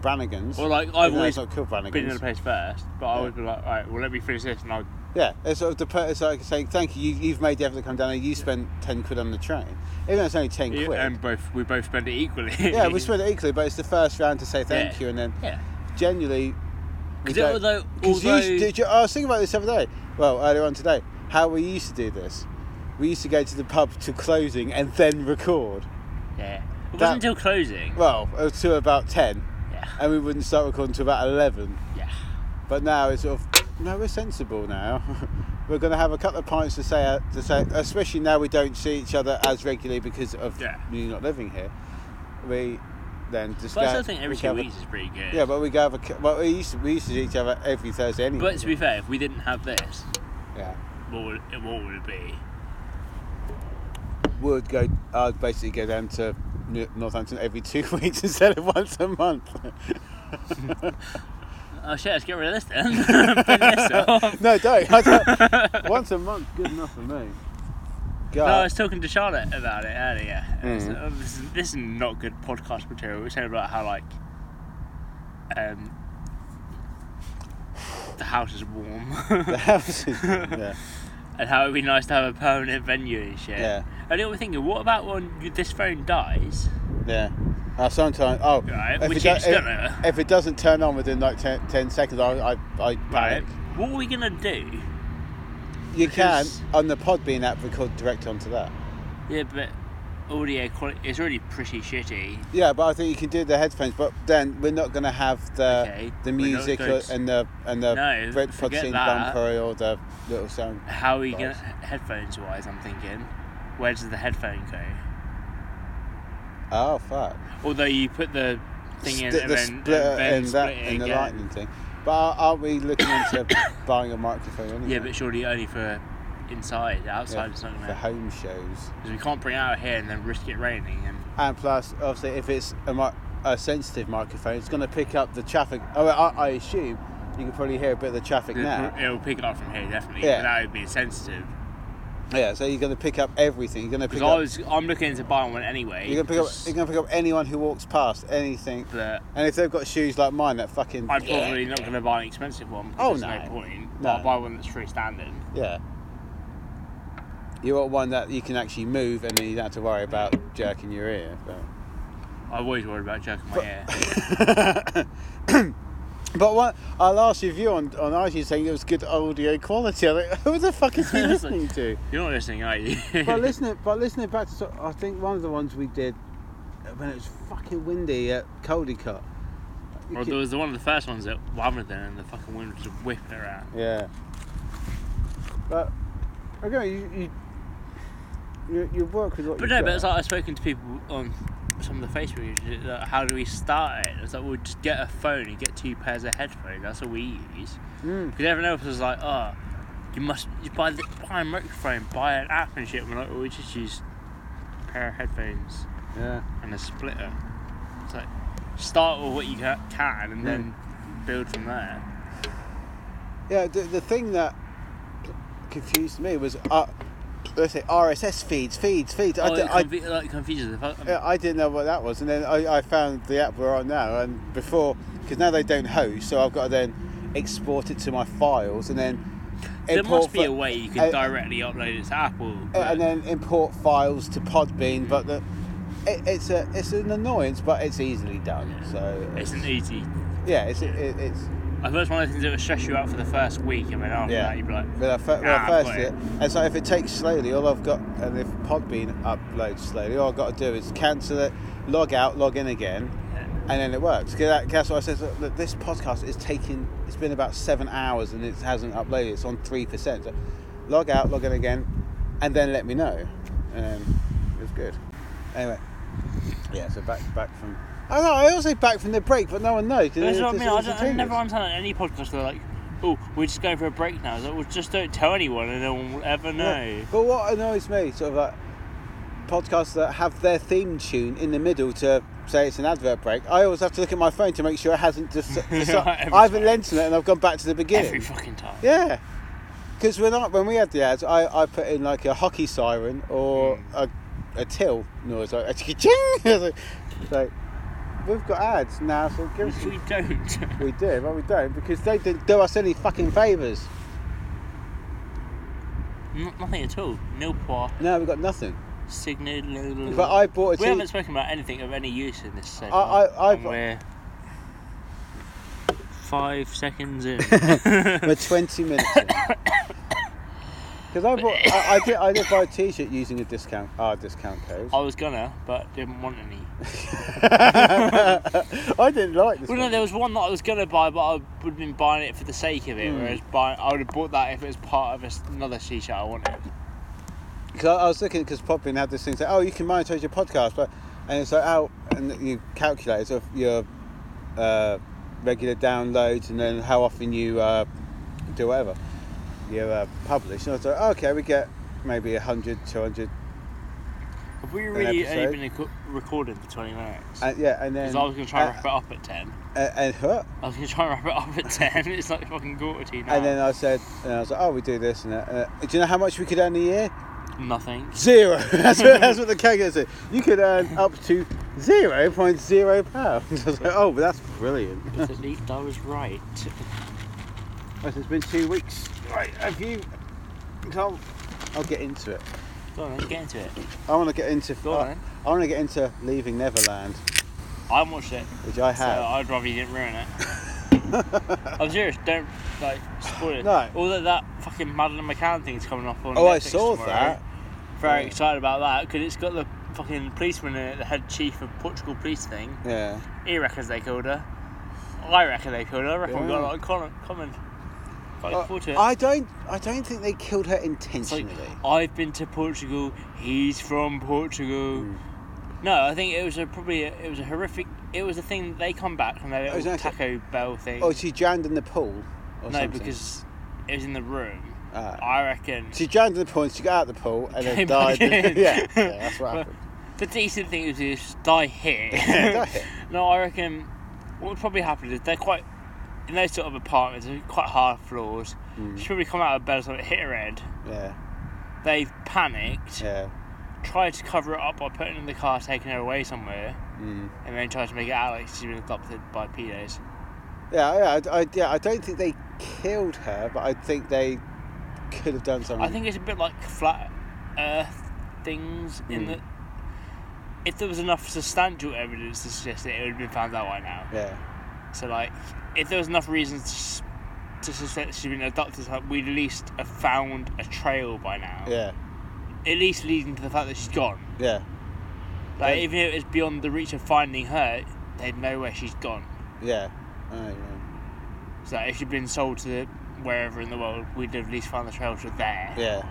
Speaker 4: Brannigan's.
Speaker 5: Or like
Speaker 4: even
Speaker 5: I've
Speaker 4: though it's
Speaker 5: always
Speaker 4: not called
Speaker 5: been in
Speaker 4: Brannigan's.
Speaker 5: the place first, but I would be like, right, well let me finish this, and I'll
Speaker 4: Yeah, it's sort of the per- it's like saying thank you. you you've made the effort to come down, and you spent ten quid on the train. Even though it's only ten quid.
Speaker 5: and both we both spend it equally.
Speaker 4: yeah, we spent it equally, but it's the first round to say thank
Speaker 5: Yeah.
Speaker 4: you, and then
Speaker 5: Yeah.
Speaker 4: generally. we
Speaker 5: Because
Speaker 4: don't-
Speaker 5: although-
Speaker 4: 'cause you used-
Speaker 5: although-
Speaker 4: did you- I was thinking about this the other day. Well, earlier on today, how we used to do this. We used to go to the pub to closing and then record.
Speaker 5: Yeah. It
Speaker 4: That-
Speaker 5: wasn't until closing.
Speaker 4: Well, uh, to about ten,
Speaker 5: Yeah.
Speaker 4: and we wouldn't start recording until about eleven.
Speaker 5: Yeah.
Speaker 4: But now it's sort of no, we're sensible now. we're going to have a couple of pints to say uh, to say, especially now we don't see each other as regularly because of
Speaker 5: Yeah.
Speaker 4: you not living here. We then just.
Speaker 5: But
Speaker 4: go-
Speaker 5: I still think
Speaker 4: we
Speaker 5: every two
Speaker 4: have a-
Speaker 5: weeks is pretty good.
Speaker 4: yeah, but we go have a. cu- Well, we used to, we used to see each other every Thursday anyway.
Speaker 5: But to be fair, if we didn't have this,
Speaker 4: yeah,
Speaker 5: what would it, what would it be?
Speaker 4: would go. I'd basically go down to N- Northampton every two weeks instead of once a month.
Speaker 5: Oh shit, let's get rid of this then. Bring this off.
Speaker 4: no, don't. I don't. once a month, good enough for me.
Speaker 5: No, I
Speaker 4: God.
Speaker 5: was talking to Charlotte about it earlier. and I said,
Speaker 4: Mhm.
Speaker 5: "Oh, this, is, this is not good podcast material. We were saying about how like um, the house is warm
Speaker 4: the house is. Yeah.
Speaker 5: and how it'd be nice to have a permanent venue and shit.
Speaker 4: Yeah.
Speaker 5: And I was thinking, what about when you, this phone dies?
Speaker 4: Yeah. Uh, sometimes. Oh,
Speaker 5: Right,
Speaker 4: if,
Speaker 5: we
Speaker 4: it do-
Speaker 5: keep
Speaker 4: if,
Speaker 5: stuttering.
Speaker 4: if it doesn't turn on within like 10, 10 seconds, I, I, I panic.
Speaker 5: What are we gonna do?
Speaker 4: You
Speaker 5: Because-
Speaker 4: can on the Podbean app record direct onto that.
Speaker 5: Yeah, but audio quality is really pretty shitty.
Speaker 4: Yeah, but I think you can do the headphones. But then we're not going to have the
Speaker 5: Okay,
Speaker 4: the
Speaker 5: we're not
Speaker 4: music
Speaker 5: going
Speaker 4: or,
Speaker 5: to-
Speaker 4: and the and the
Speaker 5: No,
Speaker 4: Brit
Speaker 5: forget
Speaker 4: Podbean
Speaker 5: that.
Speaker 4: bumper or the little sound.
Speaker 5: How are you gonna
Speaker 4: Nice.
Speaker 5: headphones wise? I'm thinking, where does the headphone go?
Speaker 4: Oh fuck!
Speaker 5: Although you put the thing in
Speaker 4: Sti-
Speaker 5: and
Speaker 4: the
Speaker 5: then,
Speaker 4: splitter
Speaker 5: and then
Speaker 4: and that
Speaker 5: split it
Speaker 4: and the
Speaker 5: again.
Speaker 4: lightning thing. But aren't we looking into buying a microphone? Anyway?
Speaker 5: Yeah, but surely only for inside.
Speaker 4: Yeah,
Speaker 5: Outside, it's not
Speaker 4: for
Speaker 5: gonna.
Speaker 4: home shows.
Speaker 5: Because we can't bring it out here and then risk it raining. And
Speaker 4: And plus, obviously, if it's a, mi- a sensitive microphone, it's going to pick up the traffic. Oh, I, I assume you can probably hear a bit of the traffic now.
Speaker 5: it'll pick it up from here definitely.
Speaker 4: Yeah.
Speaker 5: Yeah. Without it being sensitive.
Speaker 4: Yeah, so you're going to pick up everything. You're going to pick
Speaker 5: Because
Speaker 4: up.
Speaker 5: I was, I'm looking into buying one anyway.
Speaker 4: You're going to pick up.
Speaker 5: just-
Speaker 4: You're going to pick up anyone who walks past anything.
Speaker 5: But
Speaker 4: And if they've got shoes like mine, that fucking
Speaker 5: I'm probably not going to buy an expensive one.
Speaker 4: Oh,
Speaker 5: Because there's
Speaker 4: no.
Speaker 5: no point.
Speaker 4: No.
Speaker 5: But I'll buy one that's freestanding.
Speaker 4: yeah. You want one that you can actually move, and then you don't have to worry about jerking your ear. But.
Speaker 5: I've always worried about jerking my hair.
Speaker 4: But what our last review on, on iTunes saying it was good audio quality. I think, who the fuck is he
Speaker 5: It's like-
Speaker 4: listening to?
Speaker 5: You're not listening, are you?
Speaker 4: but listening, but listening back to, so- I think one of the ones we did when it was fucking windy at Caldecott. You
Speaker 5: well,
Speaker 4: could-
Speaker 5: there was the one of the first ones that wobbled in and the fucking wind was just whipping around.
Speaker 4: Yeah. But okay, you you, you, you work with what
Speaker 5: But
Speaker 4: you
Speaker 5: no, but it's like I've spoken to people on some of the Facebook pages, like, how do we start it? It's like, we'll just get a phone and get two pairs of headphones. That's all we use.
Speaker 4: Mm.
Speaker 5: Because everyone else was like, oh, you must you buy, the, buy a microphone, buy an app and shit. And we're like, well, we just use a pair of headphones
Speaker 4: yeah.
Speaker 5: and a splitter. It's like, start with what you ca- can
Speaker 4: Mm.
Speaker 5: and then build from there.
Speaker 4: Yeah, the, the thing that confused me was uh, let's say RSS feeds, feeds, feeds. I
Speaker 5: oh,
Speaker 4: d-
Speaker 5: it
Speaker 4: I-
Speaker 5: confu- like confuses the fuck.
Speaker 4: Yeah, I didn't know what that was, and then I, I found the app we're on now. And before, because now they don't host, so I've got to then export it to my files, and then
Speaker 5: There
Speaker 4: import
Speaker 5: must be
Speaker 4: fi-
Speaker 5: a way you can
Speaker 4: uh,
Speaker 5: directly upload it to Apple.
Speaker 4: uh,
Speaker 5: but-
Speaker 4: and then import files to Podbean. But the, it, it's a it's an annoyance, but it's easily done. So
Speaker 5: It's an easy.
Speaker 4: yeah, it's it, it's
Speaker 5: I suppose one of the things that would stress you out for the first week, and then after
Speaker 4: Yeah.
Speaker 5: that you'd be like,
Speaker 4: But I, fir- when
Speaker 5: "Ah,
Speaker 4: I first
Speaker 5: got
Speaker 4: did it, and so if it takes slowly, all I've got, and if Podbean uploads slowly, all I've got to do is cancel it, log out, log in again, and then it works. 'Cause that- that's what I said. Look, look, this podcast is taking. It's been about seven hours and it hasn't uploaded. It's on three percent. So log out, log in again, and then let me know. Um, it was good. Anyway, yeah. So back back from. I know. I also back from the break, but no one knows.
Speaker 5: But That's what I
Speaker 4: It's
Speaker 5: mean. I, don't, I
Speaker 4: instantaneous.
Speaker 5: never understand that any podcast. They're like, "Oh, we're just going for a break now." It's Like, well, just don't tell anyone, and no one will ever know.
Speaker 4: But what annoys me, sort of like podcasts that have their theme tune in the middle to say it's an advert break, I always have to look at my phone to make sure it hasn't just. just-
Speaker 5: Every
Speaker 4: I haven't
Speaker 5: time.
Speaker 4: lent it and I've gone back to the beginning.
Speaker 5: Every fucking time.
Speaker 4: Yeah. Because when, I- when we had the ads, I, I put in like a hockey siren or
Speaker 5: Hmm.
Speaker 4: a, a till noise, like a ching. so we've got ads now, so give us.
Speaker 5: We don't.
Speaker 4: We do, but we don't because they didn't do us any fucking favours.
Speaker 5: N- Nothing at all. Nil pois.
Speaker 4: No, we've got nothing.
Speaker 5: Signal.
Speaker 4: But I bought a
Speaker 5: We
Speaker 4: t-
Speaker 5: haven't spoken about anything of any use in this segment.
Speaker 4: I- I-
Speaker 5: and
Speaker 4: I've-
Speaker 5: we're five seconds in.
Speaker 4: We're 20 minutes Because I bought, I, I did, I did buy a T-shirt using a discount, our discount code.
Speaker 5: I was gonna, but didn't want any.
Speaker 4: I didn't like this.
Speaker 5: Well, no,
Speaker 4: one.
Speaker 5: there was one that I was gonna buy, but I would have been buying it for the sake of it. Whereas buying, I would have bought that if it was part of a s- another t-shirt I wanted.
Speaker 4: 'Cause I, I was looking because Podbean had this thing say, "Oh, you can monetize your podcast," but and it's like, "Oh," and you calculate sort of your uh, regular downloads and then how often you uh, do whatever you uh, publish. And I was like, "Okay, we get maybe 100, 200,
Speaker 5: Have we really
Speaker 4: episode.
Speaker 5: only been reco- recording for 20 minutes?
Speaker 4: and, yeah, and then
Speaker 5: Because I was going to try and
Speaker 4: uh,
Speaker 5: wrap it up at 10.
Speaker 4: and- and huh?
Speaker 5: I was going to try and wrap it up at 10. It's like fucking quarter to now.
Speaker 4: And then I said, and I was like, oh, we do this and that. Uh, do you know how much we could earn a year?
Speaker 5: Nothing.
Speaker 4: Zero. that's, what, that's what the calculator said. You could earn up to 0.0 pounds. I was like, oh, but that's brilliant.
Speaker 5: But at least I was right.
Speaker 4: Well, it's been two weeks. Right, have you. I'll, I'll get into it.
Speaker 5: Go on then, get into it.
Speaker 4: I want to get into.
Speaker 5: Go on then.
Speaker 4: I want to get into Leaving Neverland,
Speaker 5: I haven't watched it,
Speaker 4: which I
Speaker 5: so
Speaker 4: have.
Speaker 5: I'd rather you didn't ruin it. I'm serious, don't like spoil it.
Speaker 4: No.
Speaker 5: Although that fucking Madeline McCann thing's coming up on
Speaker 4: oh, I
Speaker 5: Netflix
Speaker 4: saw
Speaker 5: tomorrow.
Speaker 4: that.
Speaker 5: Very
Speaker 4: Yeah.
Speaker 5: excited about that because it's got the fucking policeman in it, the head chief of Portugal police thing.
Speaker 4: Yeah.
Speaker 5: He reckons they killed her. I reckon they killed her. I reckon we got a lot of comment. comment. Quite look forward to it.
Speaker 4: Uh, I don't. I don't think they killed her
Speaker 5: It's like,
Speaker 4: intentionally.
Speaker 5: I've been to Portugal. He's from Portugal.
Speaker 4: Mm.
Speaker 5: No, I think it was a probably a, it was a horrific. It was a thing that they come back from their
Speaker 4: Oh, is
Speaker 5: little
Speaker 4: that it?
Speaker 5: taco bell thing.
Speaker 4: oh, she drowned in the pool. Or
Speaker 5: no,
Speaker 4: something.
Speaker 5: because it was in the room.
Speaker 4: Ah.
Speaker 5: I reckon.
Speaker 4: She drowned in the pool, she got out of the pool, and then
Speaker 5: Came
Speaker 4: died.
Speaker 5: back in.
Speaker 4: yeah, yeah, that's what happened.
Speaker 5: The decent thing is just die here.
Speaker 4: Die here.
Speaker 5: no, I reckon what would probably happen is they're quite in those sort of apartments. They're quite hard floors.
Speaker 4: Mm.
Speaker 5: She's probably come out of bed or something, hit her head.
Speaker 4: Yeah,
Speaker 5: They've panicked.
Speaker 4: yeah.
Speaker 5: tried to cover it up by putting her in the car, taking her away somewhere,
Speaker 4: Mm.
Speaker 5: and then tried to make it out like she's been adopted by pedos.
Speaker 4: Yeah, yeah I, I, yeah, I don't think they killed her, but I think they could have done something.
Speaker 5: I think it's a bit like flat Earth things
Speaker 4: Mm.
Speaker 5: in that if there was enough substantial evidence to suggest it, it would have been found out by now.
Speaker 4: Yeah,
Speaker 5: So like, if there was enough reasons to, s- to suspect she's been adopted, like, we'd at least have found a trail by now.
Speaker 4: yeah,
Speaker 5: At least leading to the fact that she's gone.
Speaker 4: yeah,
Speaker 5: Like
Speaker 4: Yeah.
Speaker 5: even if it's beyond the reach of finding her, they'd know where she's gone.
Speaker 4: yeah. I don't know.
Speaker 5: So if she'd been sold to wherever in the world, we'd have at least found the trail to there.
Speaker 4: Yeah.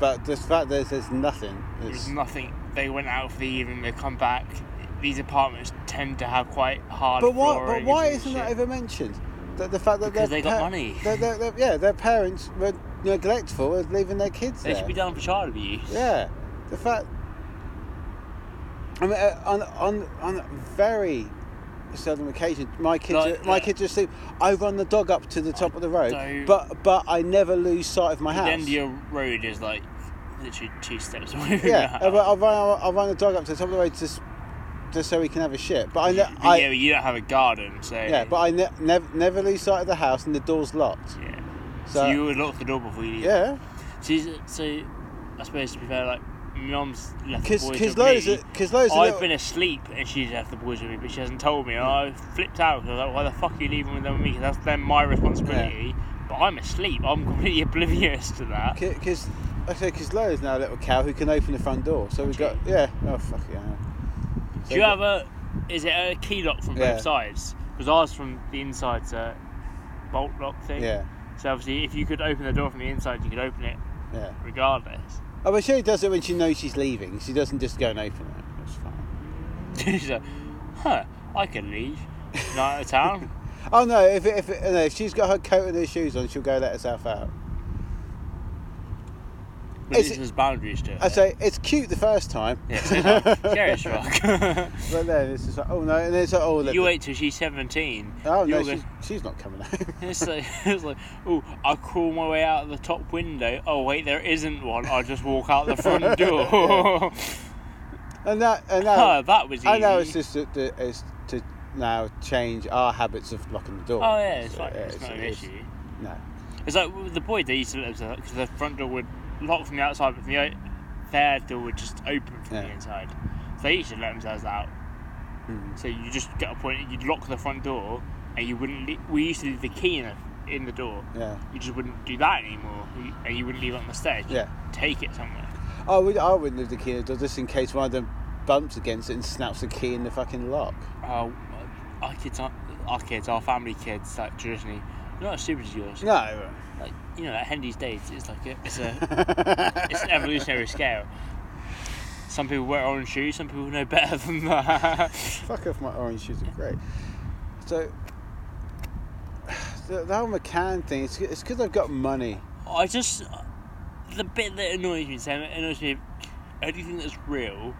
Speaker 4: But the fact that there's nothing.
Speaker 5: There's
Speaker 4: It's,
Speaker 5: nothing. They went out for the evening. They come back. These apartments tend to have quite hard.
Speaker 4: but why? But
Speaker 5: floorings
Speaker 4: why
Speaker 5: and
Speaker 4: isn't that
Speaker 5: shit.
Speaker 4: ever mentioned? That the fact that
Speaker 5: Because
Speaker 4: their
Speaker 5: they got money.
Speaker 4: their- their- their- yeah, their parents were neglectful of leaving their kids
Speaker 5: They
Speaker 4: there.
Speaker 5: should be down for child abuse.
Speaker 4: Yeah, the fact. I mean, uh, on on on very seldom occasion, my kids
Speaker 5: Like,
Speaker 4: are, my
Speaker 5: uh,
Speaker 4: kids are asleep. I run the dog up to the top of the road,
Speaker 5: don't-
Speaker 4: but but I never lose sight of my
Speaker 5: The
Speaker 4: house.
Speaker 5: end of your road is like literally two steps away. From
Speaker 4: yeah, uh, I,
Speaker 5: your
Speaker 4: run-
Speaker 5: house.
Speaker 4: I run I run the dog up to the top of the road just just so he can have a shit. But I ne-
Speaker 5: But
Speaker 4: I
Speaker 5: yeah, but you don't have a garden, so
Speaker 4: yeah, but I ne- never never lose sight of the house and the door's locked.
Speaker 5: Yeah. So,
Speaker 4: So-
Speaker 5: you would lock the door before you. leave.
Speaker 4: Yeah,
Speaker 5: So, so I suppose to be fair, like mum's left the
Speaker 4: Because
Speaker 5: boys
Speaker 4: because
Speaker 5: with
Speaker 4: loads
Speaker 5: me.
Speaker 4: of because loads of
Speaker 5: I've
Speaker 4: little-
Speaker 5: been asleep and she's left the boys with me, but she hasn't told me. And I flipped out 'cause I was like, why the fuck are you leaving them with me? 'Cause that's then my responsibility. But I'm asleep. I'm completely oblivious to that.
Speaker 4: Because I say, because Lola's now a little cow who can open the front door. So we've got,
Speaker 5: Gee.
Speaker 4: yeah. Oh fuck yeah.
Speaker 5: Do you have a? Is it a key lock from
Speaker 4: Yeah.
Speaker 5: both sides? Because ours from the inside's a bolt lock thing.
Speaker 4: Yeah,
Speaker 5: So obviously, if you could open the door from the inside, you could open it
Speaker 4: yeah.
Speaker 5: regardless.
Speaker 4: Oh, but she does it when she knows she's leaving. She doesn't just go and open it. That's fine.
Speaker 5: She's like, huh? I can leave. Night out of town.
Speaker 4: Oh no, if if, no, if she's got her coat and her shoes on, she'll go let herself out.
Speaker 5: But
Speaker 4: Is
Speaker 5: this
Speaker 4: it-
Speaker 5: is boundaries to it.
Speaker 4: I say it's cute the first time,
Speaker 5: Yeah, Serious rock.
Speaker 4: but then it's just like, oh no, and then it's like, oh, look,
Speaker 5: you wait till she's 17.
Speaker 4: Oh no,
Speaker 5: you're
Speaker 4: she's,
Speaker 5: gonna-
Speaker 4: she's not coming home.
Speaker 5: It's like, it's like, oh, I crawl my way out of the top window. Oh wait, there isn't one. I just walk out the front door.
Speaker 4: and that and now
Speaker 5: Huh, that was easy.
Speaker 4: I know it's just to, to, it's to now change our habits of locking the door.
Speaker 5: Oh yeah, it's like
Speaker 4: yeah,
Speaker 5: it's, not an
Speaker 4: it's-
Speaker 5: issue.
Speaker 4: No.
Speaker 5: It's like with the boy they used to live there because the front door would lock from the outside, but the o- their door would just open from
Speaker 4: Yeah.
Speaker 5: the inside. So they used to let themselves out.
Speaker 4: Hmm.
Speaker 5: So you just get a point, you'd lock the front door, and you wouldn't. Le- we used to leave the key in the, in the door.
Speaker 4: Yeah.
Speaker 5: You just wouldn't do that anymore, You- and you wouldn't leave it on the stairs. You'd
Speaker 4: Yeah.
Speaker 5: Take it somewhere.
Speaker 4: I would. I wouldn't leave the key in the door just in case one of them bumps against it and snaps the key in the fucking lock.
Speaker 5: Uh, our kids aren't our kids, our family kids, like traditionally, not as stupid as yours.
Speaker 4: No.
Speaker 5: Like you know, at Hendy's days, it's like a, it's a it's an evolutionary scale. Some people wear orange shoes, some people know better than that.
Speaker 4: Fuck off. My orange shoes are great. So. The, the whole McCann thing, it's because I've got money.
Speaker 5: I just the bit that annoys me, Sam, it annoys me. Anything that's real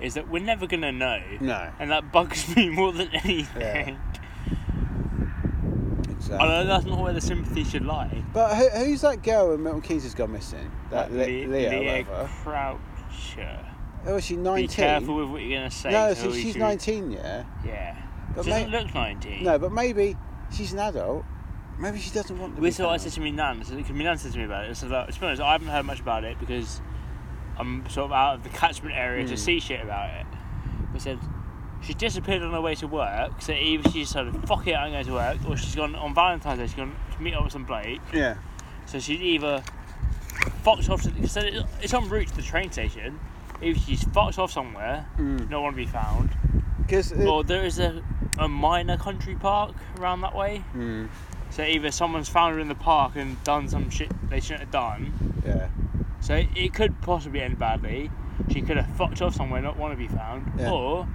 Speaker 5: is that we're never gonna know,
Speaker 4: No.
Speaker 5: and that bugs me more than anything. I
Speaker 4: Exactly.
Speaker 5: know that's not where the sympathy should lie.
Speaker 4: But who, who's that girl in Milton Keynes has gone missing? That Le-
Speaker 5: Like
Speaker 4: Leah,
Speaker 5: Le-
Speaker 4: Leah whatever.
Speaker 5: Croucher.
Speaker 4: Oh, is she
Speaker 5: Be
Speaker 4: 19?
Speaker 5: careful with what you're gonna say.
Speaker 4: No,
Speaker 5: so
Speaker 4: see,
Speaker 5: we
Speaker 4: she's
Speaker 5: should-
Speaker 4: 19, yeah.
Speaker 5: Yeah,
Speaker 4: But
Speaker 5: doesn't
Speaker 4: may-
Speaker 5: look nineteen.
Speaker 4: No, but maybe she's an adult. Maybe she doesn't want to
Speaker 5: This is
Speaker 4: be
Speaker 5: what I
Speaker 4: found.
Speaker 5: said to me nan, because my nan said to me about it. So that, to be honest, I haven't heard much about it because I'm sort of out of the catchment area to see shit about it. But said she disappeared on her way to work, so either she decided, fuck it, I'm going to work, or she's gone on Valentine's Day, she's gone to meet up with some bloke.
Speaker 4: Yeah.
Speaker 5: So she's either fucked off, to, so it- it's en route to the train station, either she's fucked off somewhere, no one to be found,
Speaker 4: Because
Speaker 5: or there is a, a minor country park around that way.
Speaker 4: Mm.
Speaker 5: So either someone's found her in the park and done some shit they shouldn't have done.
Speaker 4: yeah,
Speaker 5: So it, it could possibly end badly. She could have fucked off somewhere, not want to be found,
Speaker 4: Yeah.
Speaker 5: or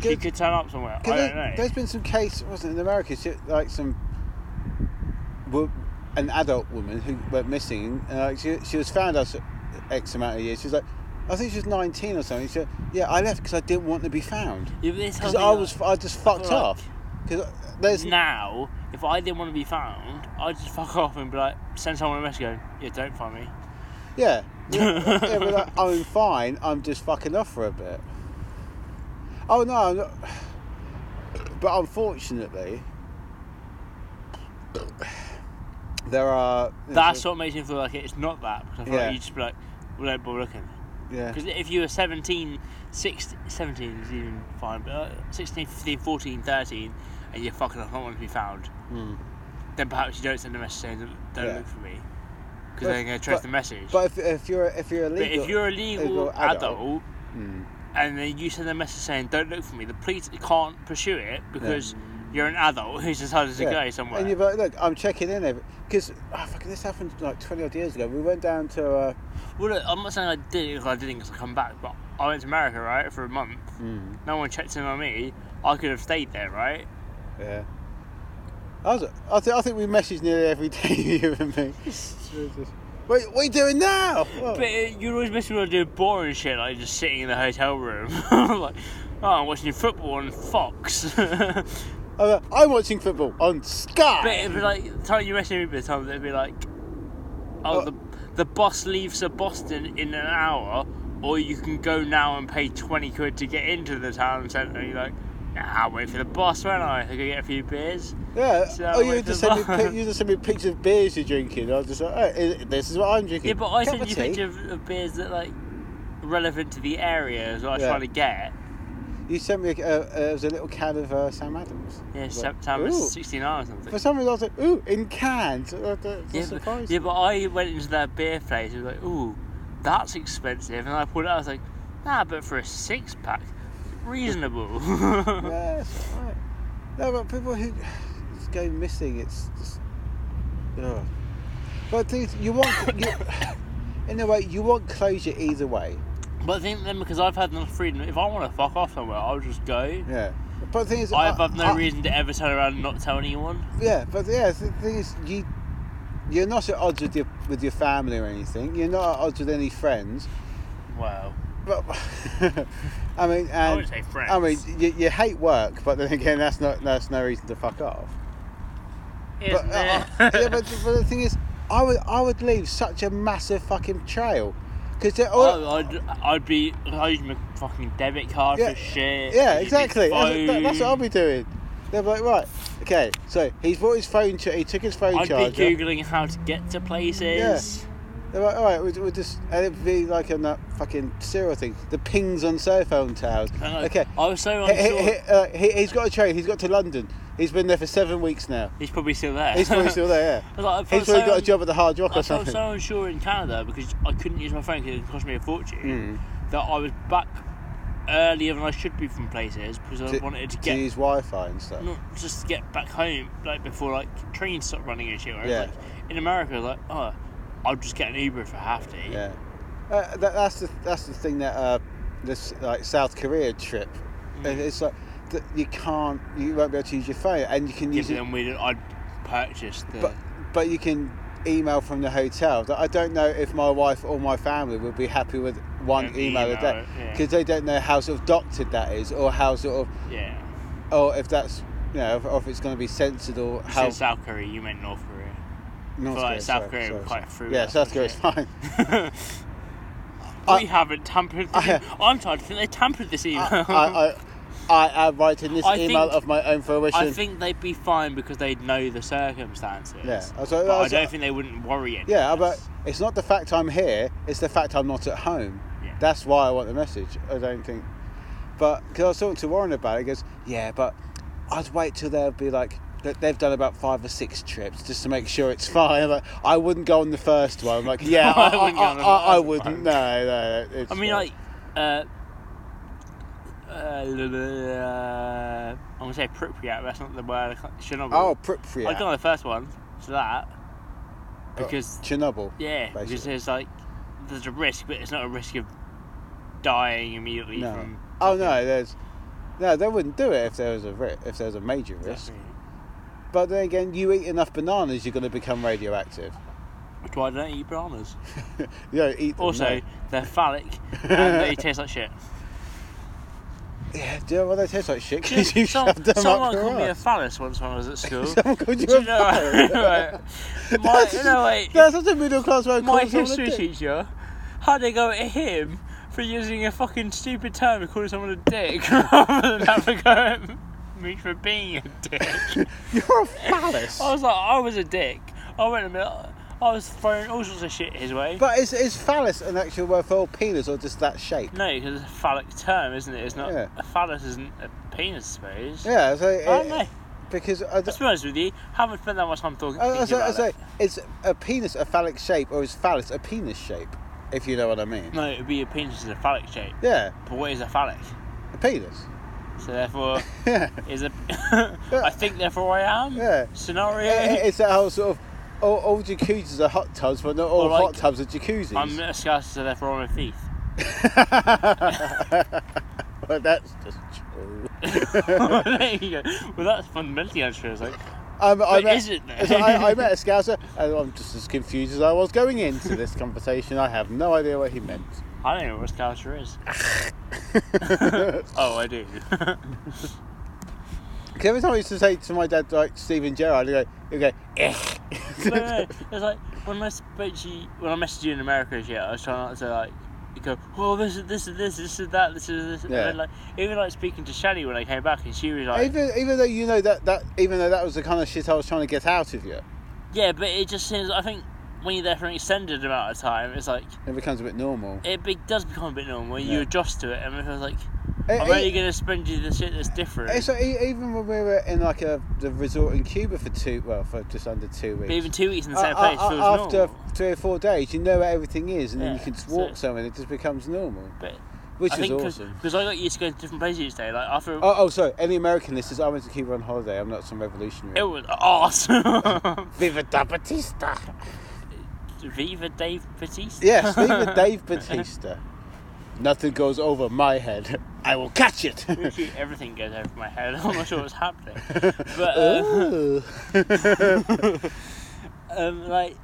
Speaker 5: she
Speaker 4: Good-
Speaker 5: could turn up somewhere. I
Speaker 4: Cause
Speaker 5: don't
Speaker 4: there,
Speaker 5: know.
Speaker 4: has been some case, wasn't it, in America? She, like some, wo- an adult woman who went missing. And like she, she was found after X amount of years. She was like, I think she was 19 or something. She said, Yeah, I left because I didn't want to be found.
Speaker 5: Yeah, but this whole
Speaker 4: Because
Speaker 5: thing,
Speaker 4: I was,
Speaker 5: like,
Speaker 4: f- I just fucked
Speaker 5: like-
Speaker 4: off. Because there's
Speaker 5: now. If I didn't want to be found, I'd just fuck off and be like, send someone a message going, yeah, don't find me.
Speaker 4: Yeah. yeah, but like, oh, I'm fine. I'm just fucking off for a bit. Oh no, I'm not. but unfortunately, there are.
Speaker 5: That's what makes me feel like it's not that. Because I feel
Speaker 4: Yeah.
Speaker 5: like you just be like, well, don't bother looking.
Speaker 4: Yeah.
Speaker 5: Because if you were 17, 16, 17 is even fine, but uh, 16, 15, 14, 13, and you're fucking off, not want to be found, then perhaps you don't send a message saying, don't don't
Speaker 4: Hmm. Yeah.
Speaker 5: look for me.
Speaker 4: But-
Speaker 5: Because they're going to trace
Speaker 4: but-
Speaker 5: the message.
Speaker 4: But if, if you're if you're
Speaker 5: But
Speaker 4: illegal,
Speaker 5: if you're a legal,
Speaker 4: illegal
Speaker 5: adult,
Speaker 4: adult, Mm.
Speaker 5: and then you send a message saying, don't look for me, the police can't pursue it because you're an adult who's decided to
Speaker 4: yeah.
Speaker 5: go somewhere.
Speaker 4: And you're like, look, I'm checking in because oh, fucking this happened like 20 odd years ago. We went down to uh,
Speaker 5: Well, look, I'm not saying I did it because I didn't because I come back, but I went to America, right, for a month.
Speaker 4: Hmm.
Speaker 5: No one checked in on me. I could have stayed there, right?
Speaker 4: Yeah. I, was, I, th- I think we message nearly every day, you and me. Wait, what are you doing now? Well,
Speaker 5: But uh, you're always missing when I do boring shit, like just sitting in the hotel room. like, oh, I'm watching football on Fox. but
Speaker 4: I'm, like, I'm watching football on Sky.
Speaker 5: it'd be like, the time you message me by the time, it'd be like, oh,
Speaker 4: Oh.
Speaker 5: the, the bus leaves for Boston in an hour, or you can go now and pay 20 quid to get into the town centre. And you're like, nah, I'll wait for the bus, won't I? I could get a few beers.
Speaker 4: yeah.
Speaker 5: So
Speaker 4: oh, you
Speaker 5: with
Speaker 4: would just
Speaker 5: the
Speaker 4: send me
Speaker 5: bar-
Speaker 4: pic- you just send me pictures of beers you're drinking. I was just like, oh, i- this is what I'm drinking.
Speaker 5: Yeah, but I
Speaker 4: Cup
Speaker 5: sent
Speaker 4: of
Speaker 5: you
Speaker 4: tea.
Speaker 5: pictures of, of beers that, like, relevant to the area as I was
Speaker 4: Yeah.
Speaker 5: trying to get.
Speaker 4: You sent me a, uh, uh, it was a little can of uh, Sam Adams.
Speaker 5: Yeah,
Speaker 4: Like,
Speaker 5: September
Speaker 4: ooh.
Speaker 5: 69 or something.
Speaker 4: For some reason, I was like, ooh, in cans. Uh, That's
Speaker 5: yeah, but,
Speaker 4: surprising.
Speaker 5: yeah, but I went into their beer place and was like, ooh, that's expensive. And I pulled it out, I was like, nah, but for a six pack, reasonable.
Speaker 4: Yes, right. No, but people who just go missing, it's just. Ugh. But the thing is, you want. You, in a way, you want closure either way.
Speaker 5: But I think then because I've had enough freedom, if I want to fuck off somewhere, I'll just go.
Speaker 4: Yeah. But the thing is.
Speaker 5: I've had no
Speaker 4: I-
Speaker 5: reason to ever turn around and not tell anyone.
Speaker 4: Yeah, but yeah, the thing is, you. You're not at odds with your with your family or anything. You're not at odds with any friends.
Speaker 5: Wow.
Speaker 4: But I mean, and,
Speaker 5: I wouldn't say friends.
Speaker 4: I mean, you, you hate work, but then again, that's not that's no reason to fuck off.
Speaker 5: Isn't
Speaker 4: but, uh,
Speaker 5: there?
Speaker 4: yeah, but, but the thing is, I would I would leave such a massive fucking trail because they're all.
Speaker 5: Oh, I'd, I'd be I'd use my fucking debit card
Speaker 4: Yeah,
Speaker 5: for shit.
Speaker 4: yeah,
Speaker 5: I'd use my
Speaker 4: exactly. That's, that- that's what I'll
Speaker 5: phone.
Speaker 4: be doing. They're like, right, okay. So he's brought his phone. Ch- he took his phone
Speaker 5: I'd
Speaker 4: charger.
Speaker 5: be googling how to get to places.
Speaker 4: They're like, all right, we'll, we'll just. And it'd be like on that fucking serial thing. The pings on cell phone towers.
Speaker 5: And I-
Speaker 4: Okay.
Speaker 5: I was so
Speaker 4: He, he,
Speaker 5: unsure.
Speaker 4: he, uh, he, he's got a train. He's got to London. He's been there for seven weeks now.
Speaker 5: He's probably still there.
Speaker 4: He's probably still there.
Speaker 5: I
Speaker 4: Yeah.
Speaker 5: was like, I felt
Speaker 4: He's probably
Speaker 5: so
Speaker 4: got a
Speaker 5: un-
Speaker 4: job at the Hard Rock
Speaker 5: I
Speaker 4: or
Speaker 5: felt
Speaker 4: something.
Speaker 5: so unsure in Canada because I couldn't use my phone because it cost me a fortune.
Speaker 4: Hmm.
Speaker 5: That I was back earlier than I should be from places because I
Speaker 4: to,
Speaker 5: wanted to
Speaker 4: to
Speaker 5: get
Speaker 4: use Wi-Fi and stuff.
Speaker 5: not just to get back home like before like trains stop running and shit. Whereas,
Speaker 4: Yeah.
Speaker 5: like, in America, like oh, I'll just get an Uber if I have to.
Speaker 4: Yeah, uh, that, that's the that's the thing that uh, this like South Korea trip.
Speaker 5: Mm.
Speaker 4: It- It's like that you can't, you won't be able to use your phone, and you can
Speaker 5: Yeah,
Speaker 4: use
Speaker 5: but
Speaker 4: it,
Speaker 5: then we I'd purchase the.
Speaker 4: but but you can email from the hotel. That I don't know if my wife or my family would be happy with one
Speaker 5: An
Speaker 4: email, a
Speaker 5: email,
Speaker 4: day
Speaker 5: yeah.
Speaker 4: because they don't know how sort of doctored that is, or how sort of,
Speaker 5: yeah.
Speaker 4: or if that's you know, if, or if it's going to be censored, or
Speaker 5: You
Speaker 4: how
Speaker 5: said South Korea, you meant North Korea.
Speaker 4: North
Speaker 5: feel like
Speaker 4: sorry,
Speaker 5: South Korea
Speaker 4: sorry,
Speaker 5: were
Speaker 4: sorry.
Speaker 5: quite through
Speaker 4: Yeah,
Speaker 5: that
Speaker 4: South
Speaker 5: sort
Speaker 4: Korea's
Speaker 5: of
Speaker 4: fine.
Speaker 5: we haven't tampered. with
Speaker 4: I-
Speaker 5: it. I'm trying to think they tampered this email.
Speaker 4: I, I, I am writing this
Speaker 5: I
Speaker 4: email
Speaker 5: think-
Speaker 4: of my own fruition.
Speaker 5: I think they'd be fine because they'd know the circumstances.
Speaker 4: Yeah, I was like-
Speaker 5: but
Speaker 4: I
Speaker 5: I,
Speaker 4: was
Speaker 5: don't
Speaker 4: like-
Speaker 5: think they wouldn't worry any
Speaker 4: Yeah,
Speaker 5: of
Speaker 4: but
Speaker 5: us.
Speaker 4: it's not the fact I'm here, it's the fact I'm not at home.
Speaker 5: Yeah.
Speaker 4: That's why I want the message, I don't think. But, because I was talking to Warren about it, he goes, yeah, but I'd wait till they'll be like, that they've done about five or six trips just to make sure it's fine. I'm like, I wouldn't go on the first one. I'm like, yeah, I,
Speaker 5: I
Speaker 4: I,
Speaker 5: wouldn't go on
Speaker 4: I,
Speaker 5: the
Speaker 4: I, I
Speaker 5: first
Speaker 4: wouldn't.
Speaker 5: one.
Speaker 4: No, no, no, it's
Speaker 5: I mean,
Speaker 4: fine.
Speaker 5: like, uh, uh, l- l- uh, I'm gonna say appropriate. That's not the word. I can't- Chernobyl.
Speaker 4: oh, appropriate.
Speaker 5: I'd go on the first one to that because
Speaker 4: Oh, Chernobyl.
Speaker 5: yeah, because
Speaker 4: basically.
Speaker 5: there's like there's a risk, but it's not a risk of dying immediately
Speaker 4: No.
Speaker 5: from.
Speaker 4: Oh no, there's no. They wouldn't do it if there was a ri- if there was a major risk. But then again, you eat enough bananas, you're going to become radioactive.
Speaker 5: Which why I don't eat bananas.
Speaker 4: You don't eat them,
Speaker 5: Also,
Speaker 4: no.
Speaker 5: they're phallic and they taste like shit.
Speaker 4: Yeah, do you know what they taste like shit? 'Cause you
Speaker 5: Some-
Speaker 4: shoved them
Speaker 5: someone
Speaker 4: up your
Speaker 5: called me a
Speaker 4: ass.
Speaker 5: phallus once when I was at school.
Speaker 4: Someone called you
Speaker 5: Do
Speaker 4: a
Speaker 5: you know, right, my, you know, wait,
Speaker 4: That's such a middle class way of
Speaker 5: my
Speaker 4: calling someone a
Speaker 5: history
Speaker 4: dick.
Speaker 5: teacher had a go at him for using a fucking stupid term and calling someone a dick rather than have a go at me for being a dick.
Speaker 4: You're a phallus.
Speaker 5: I was like, I was a dick. I went a bit, I was throwing all sorts of shit his way.
Speaker 4: But is, is phallus an actual word for penis or just that shape?
Speaker 5: no, because it's a phallic term, isn't it? It's not
Speaker 4: Yeah.
Speaker 5: a phallus isn't a penis, I suppose.
Speaker 4: Yeah, so
Speaker 5: I
Speaker 4: it,
Speaker 5: don't know.
Speaker 4: because I, d-
Speaker 5: To be honest with you, haven't spent that much time talking.
Speaker 4: I, I
Speaker 5: thinking
Speaker 4: say, I
Speaker 5: about
Speaker 4: say,
Speaker 5: it.
Speaker 4: is a penis a phallic shape or is phallus a penis shape? If you know what I mean.
Speaker 5: No, it'd be a penis is a phallic shape.
Speaker 4: Yeah,
Speaker 5: But what is a phallic?
Speaker 4: a penis.
Speaker 5: So therefore,
Speaker 4: Yeah.
Speaker 5: is a. I think therefore I am.
Speaker 4: Yeah.
Speaker 5: Scenario.
Speaker 4: It- it- it's that whole sort of all, all jacuzzis are hot tubs, but not all
Speaker 5: Or like-
Speaker 4: hot tubs are jacuzzis.
Speaker 5: I'm a scout, so therefore I'm a thief.
Speaker 4: Well, that's just true.
Speaker 5: there you go. Well, that's fundamentally untrue. It's like,
Speaker 4: Um, I
Speaker 5: But
Speaker 4: met,
Speaker 5: is it though?
Speaker 4: so I, I met a scouser, and I'm just as confused as I was going into this conversation. I have no idea what he meant.
Speaker 5: I don't know what scouser is. oh, I do.
Speaker 4: 'Cause every time I used to say to my dad, like Stephen Gerrard, he'd go, he'd go "Eh."
Speaker 5: no, no, no. It's like when I spoke to you, when I messaged you in America, and shit, I was trying not to like you go, oh, this is this is this, this is that, this is this.
Speaker 4: Yeah.
Speaker 5: And then, like even like speaking to Shani when I came back, and she was like,
Speaker 4: Even, even though you know that, that even though that was the kind of shit I was trying to get out of you.
Speaker 5: yeah, but it just seems. I think when you're there for an extended amount of time, it's like
Speaker 4: It becomes a bit normal.
Speaker 5: it be- does become a bit normal. You
Speaker 4: Yeah.
Speaker 5: adjust to it, and it feels like
Speaker 4: It-
Speaker 5: I'm
Speaker 4: it-
Speaker 5: only going to spend you the shit that's different.
Speaker 4: It's like, e- even when we were in like a the resort in Cuba for two, well, for just under two weeks.
Speaker 5: but even two weeks in the
Speaker 4: A-
Speaker 5: same
Speaker 4: a-
Speaker 5: place
Speaker 4: a-
Speaker 5: feels
Speaker 4: after
Speaker 5: normal.
Speaker 4: three or four days, you know where everything is, and then you
Speaker 5: Yeah,
Speaker 4: can just
Speaker 5: so-
Speaker 4: walk somewhere, and it just becomes normal,
Speaker 5: But
Speaker 4: which
Speaker 5: I
Speaker 4: is
Speaker 5: think because
Speaker 4: awesome.
Speaker 5: I got used to going to different places each day. Like after
Speaker 4: Oh, oh, sorry. Any American listeners? I went to Cuba on holiday. I'm not some revolutionary.
Speaker 5: it was awesome.
Speaker 4: Viva Da Batista.
Speaker 5: Viva Dave Batista.
Speaker 4: Yes, Viva Dave Batista. Nothing goes over my head. I will catch it.
Speaker 5: Literally everything goes over my head. I'm not sure what's happening. But uh,
Speaker 4: Ooh.
Speaker 5: um, like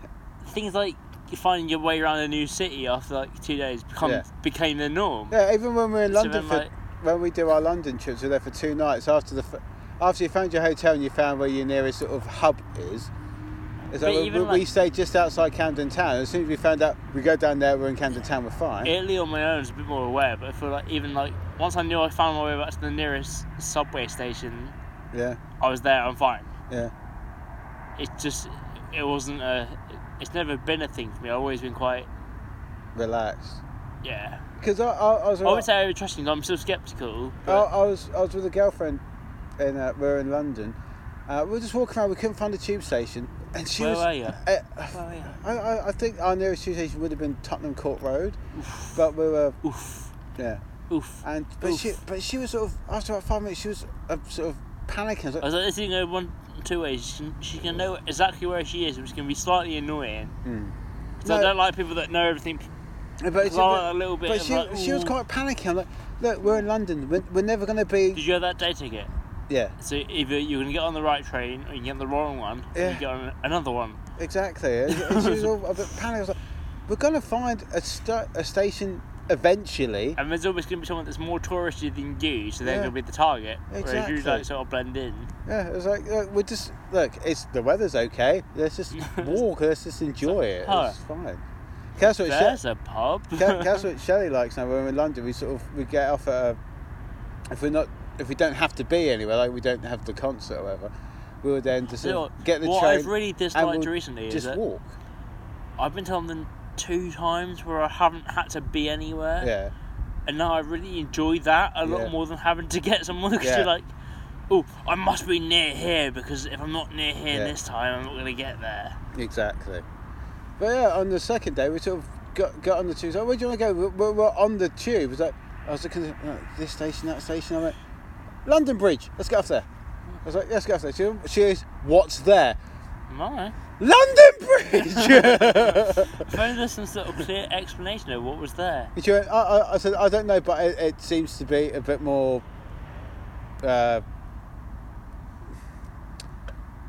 Speaker 5: things like finding your way around a new city after like two days become
Speaker 4: Yeah.
Speaker 5: became the norm.
Speaker 4: Yeah, even when we're in
Speaker 5: So
Speaker 4: London
Speaker 5: then,
Speaker 4: for
Speaker 5: like-
Speaker 4: when we do our London trips, we're there for two nights. After the f- after you found your hotel and you found where your nearest sort of hub is, it's like, we-
Speaker 5: even
Speaker 4: we, we
Speaker 5: like-
Speaker 4: stay just outside Camden Town. As soon as we found out, we go down there. We're in Camden Town. We're fine.
Speaker 5: Italy on my own was a bit more aware, but I feel like even like once I knew I found my way back to the nearest subway station,
Speaker 4: yeah,
Speaker 5: I was there. I'm fine.
Speaker 4: yeah.
Speaker 5: It's just it wasn't a. It's never been a thing for me. I've always been quite
Speaker 4: Relaxed.
Speaker 5: yeah.
Speaker 4: Because I, I, I was.
Speaker 5: I would say over trusting. I'm still skeptical.
Speaker 4: I,
Speaker 5: But
Speaker 4: I was I was with a girlfriend, and uh, we were in London. Uh, we were just walking around. We couldn't find a tube station, and she
Speaker 5: Where
Speaker 4: was.
Speaker 5: were you?
Speaker 4: Uh,
Speaker 5: Well, yeah.
Speaker 4: I, I, I think our nearest tube station would have been Tottenham Court Road, but we were
Speaker 5: Oof.
Speaker 4: yeah.
Speaker 5: Oof.
Speaker 4: And but she
Speaker 5: Oof.
Speaker 4: but she was sort of after about five minutes she was uh, sort of panicking. I was
Speaker 5: I
Speaker 4: like,
Speaker 5: was like, this thing go one, two ways. She, she can know exactly where she is, which can be slightly annoying. Because I
Speaker 4: No.
Speaker 5: don't like people that know everything.
Speaker 4: but
Speaker 5: it's like a little bit
Speaker 4: But
Speaker 5: of
Speaker 4: she,
Speaker 5: like,
Speaker 4: she was
Speaker 5: ooh.
Speaker 4: quite panicking. I'm like, look, we're in London. We're, we're never gonna be.
Speaker 5: Did you have that day ticket?
Speaker 4: Yeah,
Speaker 5: So either you're gonna get on the right train, or you can get on the wrong one, or
Speaker 4: Yeah.
Speaker 5: you get on another one.
Speaker 4: exactly. And she was all a bit panicked. I was like, we're gonna find a sta a station eventually.
Speaker 5: And there's always gonna be someone that's more touristy than you, so they're
Speaker 4: Yeah.
Speaker 5: gonna be the target. Whereas you
Speaker 4: Exactly.
Speaker 5: like sort of blend in.
Speaker 4: Yeah, it was like look, we're just look. It's the weather's okay. Let's just walk. Let's just enjoy it.
Speaker 5: Alright.
Speaker 4: It's fine. That's what she,
Speaker 5: There's a pub.
Speaker 4: That- that's what Shelley likes now. When we're in London, we sort of we get off at a, if we're not if we don't have to be anywhere, like we don't have the concert or whatever, we would then just
Speaker 5: You know
Speaker 4: sort of get the
Speaker 5: what
Speaker 4: train.
Speaker 5: I've really
Speaker 4: and
Speaker 5: disliked
Speaker 4: we'll
Speaker 5: recently is
Speaker 4: just
Speaker 5: that-
Speaker 4: walk.
Speaker 5: I've been to London two times where I haven't had to be anywhere.
Speaker 4: Yeah,
Speaker 5: and now I really enjoy that a lot
Speaker 4: Yeah.
Speaker 5: more than having to get someone because
Speaker 4: Yeah.
Speaker 5: you're like, oh, I must be near here because if I'm not near here
Speaker 4: Yeah.
Speaker 5: this time, I'm not gonna get there.
Speaker 4: exactly. But yeah, on the second day, we sort of got, got on the tube. So where do you want to go? We- We were on the tube. It was like I was looking at like, this station, that station. I went London Bridge. Let's get off there. I was like, let's get off there. She, she is. What's there?
Speaker 5: My,
Speaker 4: London Bridge.
Speaker 5: if only there's some sort of clear explanation of what was there.
Speaker 4: Do you- I, I, I said I don't know, but it, it seems to be a bit more. Uh,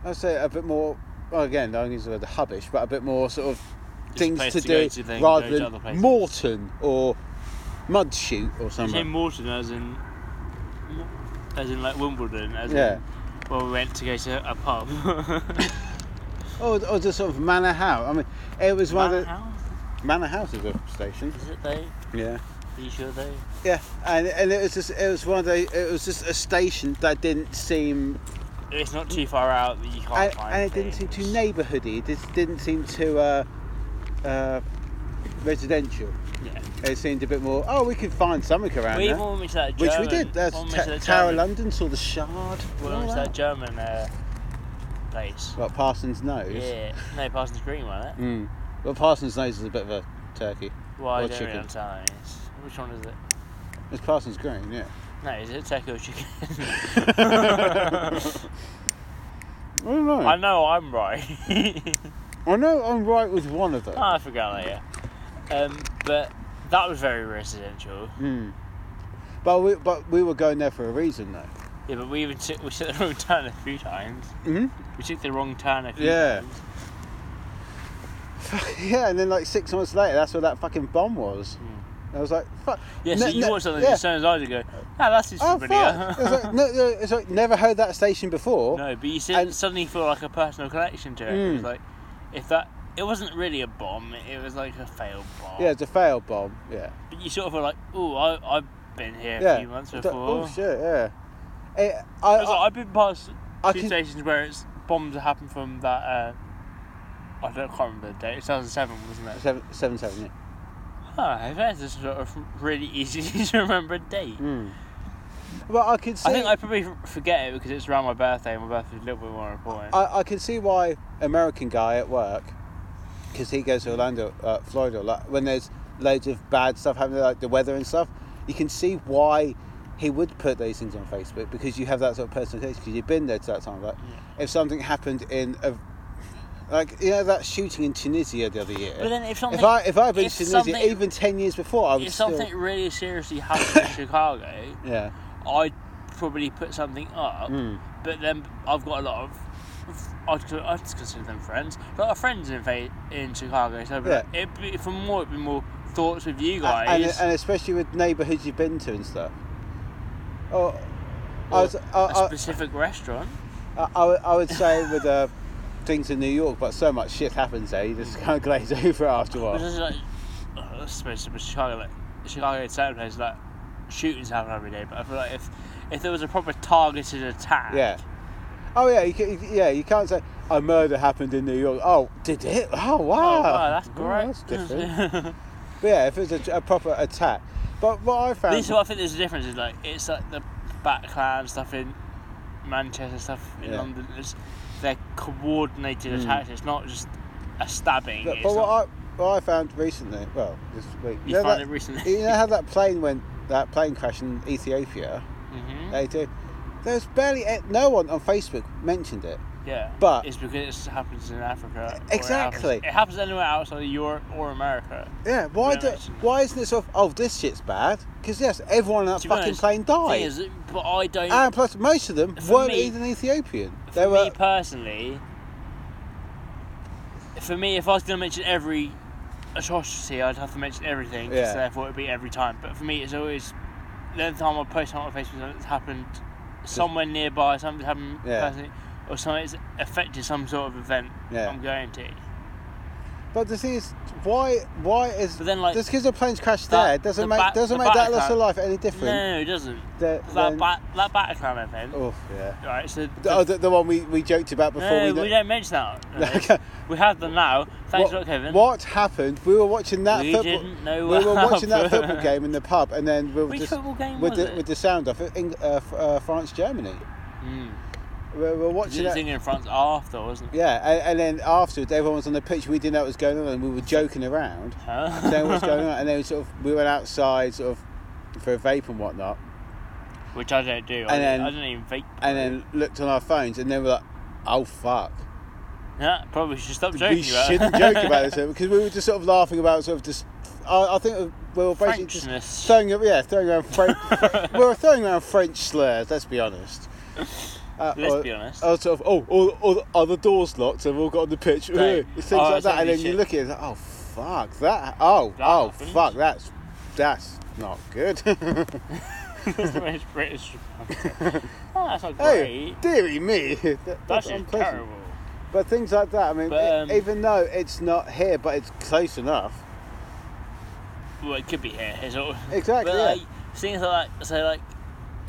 Speaker 4: I'd say a bit more. Well, again, I'm using the word hubbish, but a bit more sort of
Speaker 5: a
Speaker 4: things
Speaker 5: place
Speaker 4: to,
Speaker 5: to
Speaker 4: do
Speaker 5: go to then
Speaker 4: rather
Speaker 5: go to other
Speaker 4: than
Speaker 5: places.
Speaker 4: Morton or mud shoot or
Speaker 5: Same
Speaker 4: something.
Speaker 5: Morton as in, as in like Wimbledon, as
Speaker 4: Yeah.
Speaker 5: in where we went to go to a pub.
Speaker 4: Or, or just sort of manor house. I mean, it was one of
Speaker 5: House?
Speaker 4: the manor house is a station.
Speaker 5: Is it though?
Speaker 4: Yeah.
Speaker 5: Are you sure though?
Speaker 4: Yeah, and, and it was just it was one of the it was just a station that didn't seem
Speaker 5: It's not too far out that you can't
Speaker 4: and,
Speaker 5: find.
Speaker 4: and it didn't seem too
Speaker 5: things.
Speaker 4: neighbourhoody. It just didn't seem too uh, uh, residential.
Speaker 5: Yeah.
Speaker 4: It seemed a bit more. Oh, we could find something around
Speaker 5: We
Speaker 4: there,
Speaker 5: even when we saw that
Speaker 4: which
Speaker 5: German,
Speaker 4: we did. There's
Speaker 5: when we
Speaker 4: Ta-
Speaker 5: saw that
Speaker 4: Tower of
Speaker 5: German-
Speaker 4: London, saw the Shard.
Speaker 5: Well,
Speaker 4: all
Speaker 5: it's
Speaker 4: that.
Speaker 5: that German uh, place.
Speaker 4: What Parsons knows?
Speaker 5: Yeah, no, Parsons Green, wasn't it?
Speaker 4: Mm. Well, Parsons knows is a bit of a turkey.
Speaker 5: Well, I
Speaker 4: or
Speaker 5: don't really
Speaker 4: chicken.
Speaker 5: understand what it is. Which one is it?
Speaker 4: It's Parsons Green, yeah.
Speaker 5: No, is it turkey or chicken?
Speaker 4: I don't know.
Speaker 5: I
Speaker 4: i
Speaker 5: know I'm right.
Speaker 4: know I'm right with one of them.
Speaker 5: Ah, I forgot later. Um, but that was very residential.
Speaker 4: Mm. But we but we were going there for a reason though.
Speaker 5: Yeah, but we even took we took the wrong turn a few times.
Speaker 4: Mhm.
Speaker 5: We took the wrong turn a few
Speaker 4: Yeah.
Speaker 5: times.
Speaker 4: yeah, and then like six months later, that's where that fucking bomb was. I was like, fuck.
Speaker 5: Hmm. Yeah, so
Speaker 4: Ne-
Speaker 5: you
Speaker 4: ne-
Speaker 5: watch something
Speaker 4: yeah.
Speaker 5: as soon as I do go, ah, that's his
Speaker 4: Oh
Speaker 5: familiar.
Speaker 4: fuck! it's, like, no, no, it's like never heard that station before.
Speaker 5: No, but you s
Speaker 4: And-
Speaker 5: suddenly feel like a personal connection to it. It was
Speaker 4: Mm.
Speaker 5: like, if that, it wasn't really a bomb. It was like a failed bomb.
Speaker 4: Yeah, it's a failed bomb. Yeah.
Speaker 5: But you sort of feel like, oh, I, I've been here
Speaker 4: yeah.
Speaker 5: a few months
Speaker 4: It's
Speaker 5: before.
Speaker 4: like, oh shit! Yeah. It, I,
Speaker 5: I was like,
Speaker 4: I,
Speaker 5: I've been past
Speaker 4: I
Speaker 5: two
Speaker 4: can-
Speaker 5: stations where it's bombs that happen from that uh, I don't can't remember the date. 2007, wasn't it?
Speaker 4: Seven, seven, seven, yeah.
Speaker 5: Huh, that's a sort of really easy to remember date.
Speaker 4: Well, I could see.
Speaker 5: Hmm. I think I probably f- forget it because it's around my birthday. and My birthday's a little bit more important.
Speaker 4: I, I can see why American guy at work, because he goes to Orlando, uh, Florida, a lot, when there's loads of bad stuff happening, like the weather and stuff, you can see why he would put those things on Facebook because you have that sort of personal connection because you've been there to that time. Like, if something happened in a like you know that shooting in Tunisia the other year.
Speaker 5: But then if something-
Speaker 4: if I if I had been to
Speaker 5: if
Speaker 4: Tunisia
Speaker 5: something-
Speaker 4: even ten years before, I would
Speaker 5: if
Speaker 4: still
Speaker 5: something really seriously happened in Chicago,
Speaker 4: yeah.
Speaker 5: I'd probably put something up. But then I've got a lot of. I'd, co- I'd just consider them friends. A lot of friends in fa- in Chicago, so
Speaker 4: Yeah.
Speaker 5: yeah. it'd be, for more, it'd be more thoughts with you guys.
Speaker 4: and, and especially with neighbourhoods you've been to and stuff. Oh, I
Speaker 5: or
Speaker 4: was, I,
Speaker 5: a
Speaker 4: I,
Speaker 5: specific restaurant.
Speaker 4: I, I would- I would say with uh, things in New York, but so much shit happens there, you
Speaker 5: Mm.
Speaker 4: just kind of glaze over it after a
Speaker 5: Because
Speaker 4: while.
Speaker 5: it's like, uh, I suppose it was Chicago, like Chicago and certain places, like shootings happen every day. But I feel like if if there was a proper targeted attack,
Speaker 4: Yeah. Oh yeah, you can, yeah, you can't say a murder happened in New York. Oh, did it? Oh wow,
Speaker 5: oh, wow, that's
Speaker 4: Oh,
Speaker 5: great.
Speaker 4: that's different. but yeah, if it's a, a proper attack. But what I found,
Speaker 5: This is what I think there's a difference. Is like it's like the Batclan stuff in Manchester, stuff in
Speaker 4: Yeah. Hmm.
Speaker 5: London. It's, they're coordinated attacks. It's not just a stabbing.
Speaker 4: but,
Speaker 5: it's
Speaker 4: but what
Speaker 5: not-
Speaker 4: I what I found recently, well, this week,
Speaker 5: You found
Speaker 4: that-
Speaker 5: it recently?
Speaker 4: You know how that plane went, that plane crash in Ethiopia.
Speaker 5: Mhm.
Speaker 4: They do. There's barely a- no one on Facebook mentioned it.
Speaker 5: yeah,
Speaker 4: but-
Speaker 5: it's because it happens in Africa. or it
Speaker 4: Exactly.
Speaker 5: happens- It happens, anywhere outside of Europe or America.
Speaker 4: Yeah, why
Speaker 5: Yeah,
Speaker 4: do,
Speaker 5: that's-
Speaker 4: why isn't it sort of, oh, this shit's bad? Because, yes, everyone on that
Speaker 5: To be
Speaker 4: fucking
Speaker 5: honest,
Speaker 4: plane
Speaker 5: thing
Speaker 4: died.
Speaker 5: is, but I don't.
Speaker 4: and plus, most of them
Speaker 5: For
Speaker 4: weren't
Speaker 5: me-
Speaker 4: even Ethiopian.
Speaker 5: for
Speaker 4: They were.
Speaker 5: me personally, for me, if I was going to mention every atrocity, I'd have to mention everything. 'cause
Speaker 4: Yeah.
Speaker 5: Therefore, it'd be every time. But for me, it's always the only time I post on my Facebook something's happened somewhere nearby, something's happened
Speaker 4: Yeah.
Speaker 5: personally, or something's affected some sort of event
Speaker 4: Yeah.
Speaker 5: I'm going to.
Speaker 4: But the thing is, why why is.
Speaker 5: But then, like,
Speaker 4: just because a plane's crashed
Speaker 5: that-
Speaker 4: there doesn't
Speaker 5: the
Speaker 4: make,
Speaker 5: ba-
Speaker 4: doesn't
Speaker 5: the
Speaker 4: make that
Speaker 5: Bataclan-
Speaker 4: loss of life any
Speaker 5: No,
Speaker 4: different.
Speaker 5: no, it doesn't.
Speaker 4: The-
Speaker 5: that
Speaker 4: then-
Speaker 5: ba- that Bataclan event.
Speaker 4: Oh, yeah.
Speaker 5: Right, so
Speaker 4: The, oh, the, the one we, we joked about before
Speaker 5: no,
Speaker 4: we.
Speaker 5: we,
Speaker 4: kn-
Speaker 5: don't mention that.
Speaker 4: Okay.
Speaker 5: We have them now. Thanks
Speaker 4: what,
Speaker 5: a lot, Kevin.
Speaker 4: what happened? We were watching that
Speaker 5: We
Speaker 4: football.
Speaker 5: didn't know
Speaker 4: we
Speaker 5: what
Speaker 4: were watching that
Speaker 5: happened.
Speaker 4: football game in the pub, and then we were
Speaker 5: Which
Speaker 4: just
Speaker 5: football game
Speaker 4: with
Speaker 5: was
Speaker 4: the
Speaker 5: it?
Speaker 4: with the sound off. Eng- uh, f- uh, France Germany.
Speaker 5: Hmm.
Speaker 4: We we were watching
Speaker 5: It
Speaker 4: that.
Speaker 5: was England and France after, wasn't it?
Speaker 4: Yeah, and, and then afterwards, everyone was on the pitch. We didn't know what was going on, and we were joking around,
Speaker 5: Huh?
Speaker 4: saying what's going on. And then we sort of we went outside, sort of for a vape and whatnot,
Speaker 5: Which I don't do. I,
Speaker 4: And then-
Speaker 5: I don't even vape.
Speaker 4: and then looked on our phones, and then we're like, "Oh fuck."
Speaker 5: Yeah, probably should stop joking
Speaker 4: We
Speaker 5: about
Speaker 4: shouldn't
Speaker 5: it.
Speaker 4: joke about this because we were just sort of laughing about sort of just. I, I think we were basically just
Speaker 5: Frenchness.
Speaker 4: throwing, yeah, throwing around. French, we were throwing around French slurs. Let's be honest. Uh,
Speaker 5: Let's
Speaker 4: or-
Speaker 5: be honest.
Speaker 4: or sort of, oh, all, all, the- are the doors locked? And we all got on the pitch.
Speaker 5: Right.
Speaker 4: Things
Speaker 5: Oh,
Speaker 4: like
Speaker 5: that's
Speaker 4: that, and
Speaker 5: only
Speaker 4: then you
Speaker 5: shit.
Speaker 4: look at it, it's like, oh fuck that. Oh,
Speaker 5: That
Speaker 4: oh
Speaker 5: happened.
Speaker 4: fuck that's that's not good.
Speaker 5: That's the way it's British. oh, that's not
Speaker 4: hey,
Speaker 5: great.
Speaker 4: dearie me, that-
Speaker 5: That's
Speaker 4: that's
Speaker 5: just
Speaker 4: unpleasant.
Speaker 5: terrible.
Speaker 4: But things like that. I mean,
Speaker 5: But,
Speaker 4: e-
Speaker 5: um,
Speaker 4: even though it's not here, but it's close enough.
Speaker 5: Well, it could be here. It's all.
Speaker 4: Exactly,
Speaker 5: But
Speaker 4: yeah.
Speaker 5: like things like so like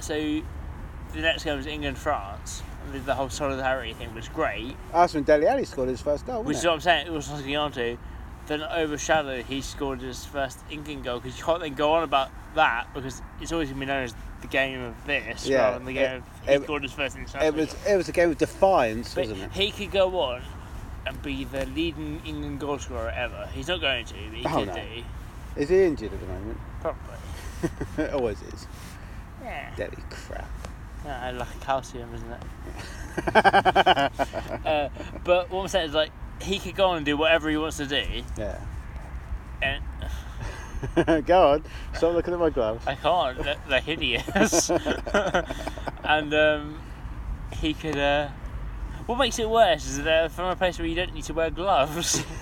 Speaker 5: so, the next game was England France. and The whole solidarity thing was great,
Speaker 4: That's when Deli Ali scored his first goal.
Speaker 5: which
Speaker 4: Wasn't
Speaker 5: is
Speaker 4: it?
Speaker 5: what I'm saying. It was something on to. Then overshadowed, he scored his first England goal because you can't then go on about that because it's always going to be known as the game of this
Speaker 4: Yeah, e-
Speaker 5: rather than the game
Speaker 4: it-
Speaker 5: of he
Speaker 4: it-
Speaker 5: scored his first international.
Speaker 4: It was it was a game of defiance,
Speaker 5: But
Speaker 4: wasn't it?
Speaker 5: he could go on and be the leading England goal scorer ever. He's not going to, but he
Speaker 4: Oh,
Speaker 5: could
Speaker 4: no.
Speaker 5: do.
Speaker 4: Is he injured at the moment?
Speaker 5: Probably.
Speaker 4: it always is.
Speaker 5: Yeah.
Speaker 4: Deli crap.
Speaker 5: yeah. Ah, Like calcium, isn't it? uh, but what I'm saying is, like, he could go on and do whatever he wants to do.
Speaker 4: Yeah.
Speaker 5: And
Speaker 4: Go on. Stop looking at my gloves.
Speaker 5: I can't. They're, they're hideous. and um, he could. Uh, what makes it worse is that they're from a place where you don't need to wear gloves.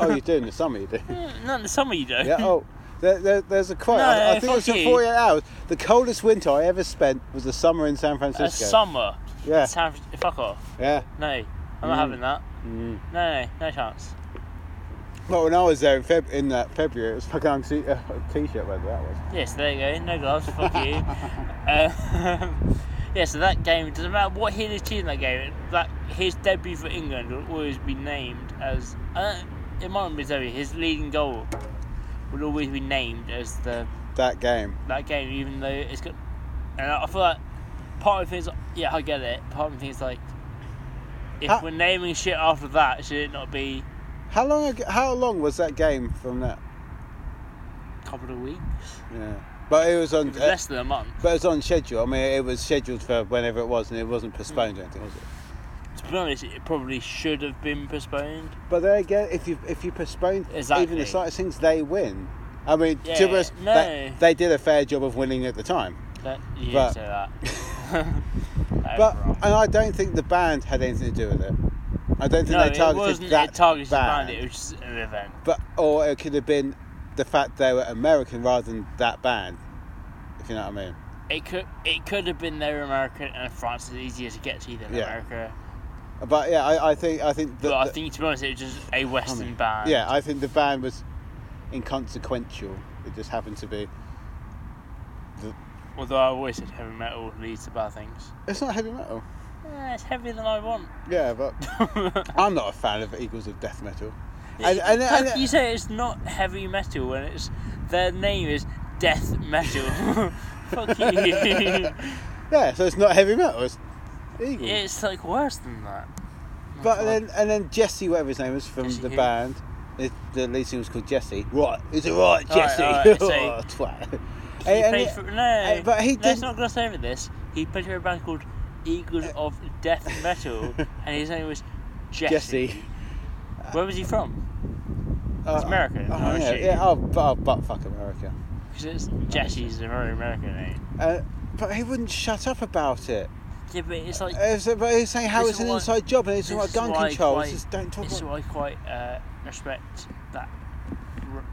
Speaker 4: Oh, you do in the summer, you do.
Speaker 5: Not in the summer, you don't.
Speaker 4: Yeah. Oh, there, there, there's a quote. I,
Speaker 5: No,
Speaker 4: I think it was
Speaker 5: fuck
Speaker 4: in
Speaker 5: you.
Speaker 4: 48 hours. The coldest winter I ever spent was the summer in San Francisco.
Speaker 5: A summer.
Speaker 4: Yeah.
Speaker 5: San Fran- fuck off.
Speaker 4: Yeah.
Speaker 5: No, I'm not having that. No, no, no chance.
Speaker 4: But when I was there in, Feb- in that February, it was fucking on t- uh, t-shirt weather. That was.
Speaker 5: Yes, there you go. No gloves. Fuck you. Um, yeah, so that game doesn't matter what he achieved in that game. That his debut for England will always be named as. Uh, it might not be his debut. His leading goal will always be named as the
Speaker 4: That game.
Speaker 5: that game, even though it's got. And I feel like part of me thinks, yeah, I get it. Part of me thinks like, if
Speaker 4: Ah.
Speaker 5: we're naming shit after that, should it not be
Speaker 4: How long? Ago, how long was that game from that?
Speaker 5: a couple of weeks?
Speaker 4: Yeah, but it was on.
Speaker 5: It was less than a month.
Speaker 4: But it was on schedule. I mean, it was scheduled for whenever it was, and it wasn't postponed or anything, was it?
Speaker 5: To be honest, it probably should have been postponed.
Speaker 4: But there again, if you if you postpone even
Speaker 5: Exactly.
Speaker 4: the slightest things, they win. I mean,
Speaker 5: Yeah,
Speaker 4: to us,
Speaker 5: no.
Speaker 4: they, they did a fair job of winning at the time.
Speaker 5: That, you
Speaker 4: But-
Speaker 5: didn't say that. That
Speaker 4: But
Speaker 5: was wrong.
Speaker 4: and I don't think the band had anything to do with it. I don't think
Speaker 5: no,
Speaker 4: they
Speaker 5: it
Speaker 4: targeted
Speaker 5: wasn't
Speaker 4: that
Speaker 5: a targeted
Speaker 4: band.
Speaker 5: band. It was just an event.
Speaker 4: But or it could have been the fact they were American rather than that band. If you know what I mean.
Speaker 5: It could it could have been there in America and France is easier to get to than
Speaker 4: Yeah.
Speaker 5: America.
Speaker 4: But yeah, I, I think I think
Speaker 5: But
Speaker 4: the,
Speaker 5: I
Speaker 4: the-
Speaker 5: think to be honest, it was just a Western
Speaker 4: mean,
Speaker 5: band.
Speaker 4: Yeah, I think the band was inconsequential. It just happened to be.
Speaker 5: Although I always said heavy metal leads to bad things.
Speaker 4: It's not heavy metal.
Speaker 5: Eh, it's heavier than I want.
Speaker 4: Yeah, but I'm not a fan of Eagles of Death Metal. And, and,
Speaker 5: How
Speaker 4: and,
Speaker 5: can you say it's not heavy metal when it's their name is death metal? Fuck you.
Speaker 4: yeah, so it's not heavy metal. It's Eagles.
Speaker 5: it's like worse than that.
Speaker 4: But then and then Jesse, whatever his name is from
Speaker 5: Jesse
Speaker 4: the
Speaker 5: who?
Speaker 4: band, the, the lead singer was called Jesse. Right, is it right,
Speaker 5: All right,
Speaker 4: Jesse?
Speaker 5: all right, so-
Speaker 4: Oh, twat.
Speaker 5: He
Speaker 4: And- and
Speaker 5: played
Speaker 4: it-
Speaker 5: for, no,
Speaker 4: eh, but he
Speaker 5: let's
Speaker 4: didn't-
Speaker 5: not gloss over this. He played for a band called Eagles
Speaker 4: Uh,
Speaker 5: of Death Metal, and his name was Jesse.
Speaker 4: Jesse.
Speaker 5: Where was he from?
Speaker 4: Uh,
Speaker 5: American,
Speaker 4: Oh,
Speaker 5: I
Speaker 4: yeah,
Speaker 5: assume.
Speaker 4: yeah. Oh, but, oh, but fuck America.
Speaker 5: Because it's Jesse's a very American name.
Speaker 4: Uh, but he wouldn't shut up about it.
Speaker 5: Yeah, but it's like
Speaker 4: Uh, so- but he's saying how
Speaker 5: This
Speaker 4: it's
Speaker 5: is
Speaker 4: an
Speaker 5: why-
Speaker 4: inside job and it's
Speaker 5: this
Speaker 4: about
Speaker 5: is
Speaker 4: gun
Speaker 5: why I
Speaker 4: control.
Speaker 5: quite-
Speaker 4: It's just don't talk
Speaker 5: this is
Speaker 4: about
Speaker 5: why I quite uh, respect that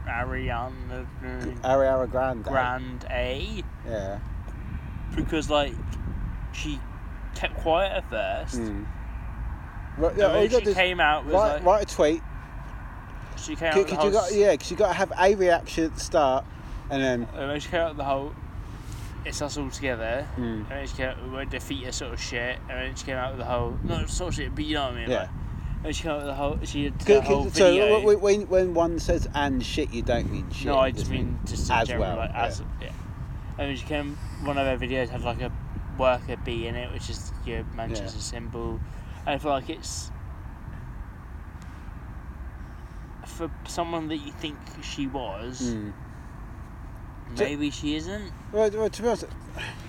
Speaker 5: R- Ariana uh,
Speaker 4: Ariana Grande.
Speaker 5: Grande A
Speaker 4: Yeah.
Speaker 5: because like she kept quiet at first.
Speaker 4: Mm. Right,
Speaker 5: Yeah,
Speaker 4: yeah, all you
Speaker 5: she
Speaker 4: got to do is
Speaker 5: came out was
Speaker 4: write,
Speaker 5: like
Speaker 4: write a tweet.
Speaker 5: she came out.
Speaker 4: Could,
Speaker 5: with the
Speaker 4: could you
Speaker 5: whole
Speaker 4: got, yeah, because you got to have a reaction at the start, and then
Speaker 5: And then she came out with the whole it's us all together.
Speaker 4: Hmm.
Speaker 5: And then she came out with defeat sort of shit. And then she came out with the whole not sort of shit, but you know what I mean.
Speaker 4: Yeah.
Speaker 5: Like, and she came out with the whole she did the
Speaker 4: Could-
Speaker 5: whole
Speaker 4: could- so
Speaker 5: video.
Speaker 4: w- when when one says "and shit," you don't mean shit.
Speaker 5: No, I
Speaker 4: you
Speaker 5: just mean just
Speaker 4: as
Speaker 5: as general,
Speaker 4: well,
Speaker 5: like,
Speaker 4: yeah.
Speaker 5: as yeah. I mean, she came. One of her videos had like a worker bee in it, which is your Manchester symbol, and I feel like it's for someone that you think she was.
Speaker 4: Mm. Ju-
Speaker 5: Maybe she isn't.
Speaker 4: Well, well, to be honest,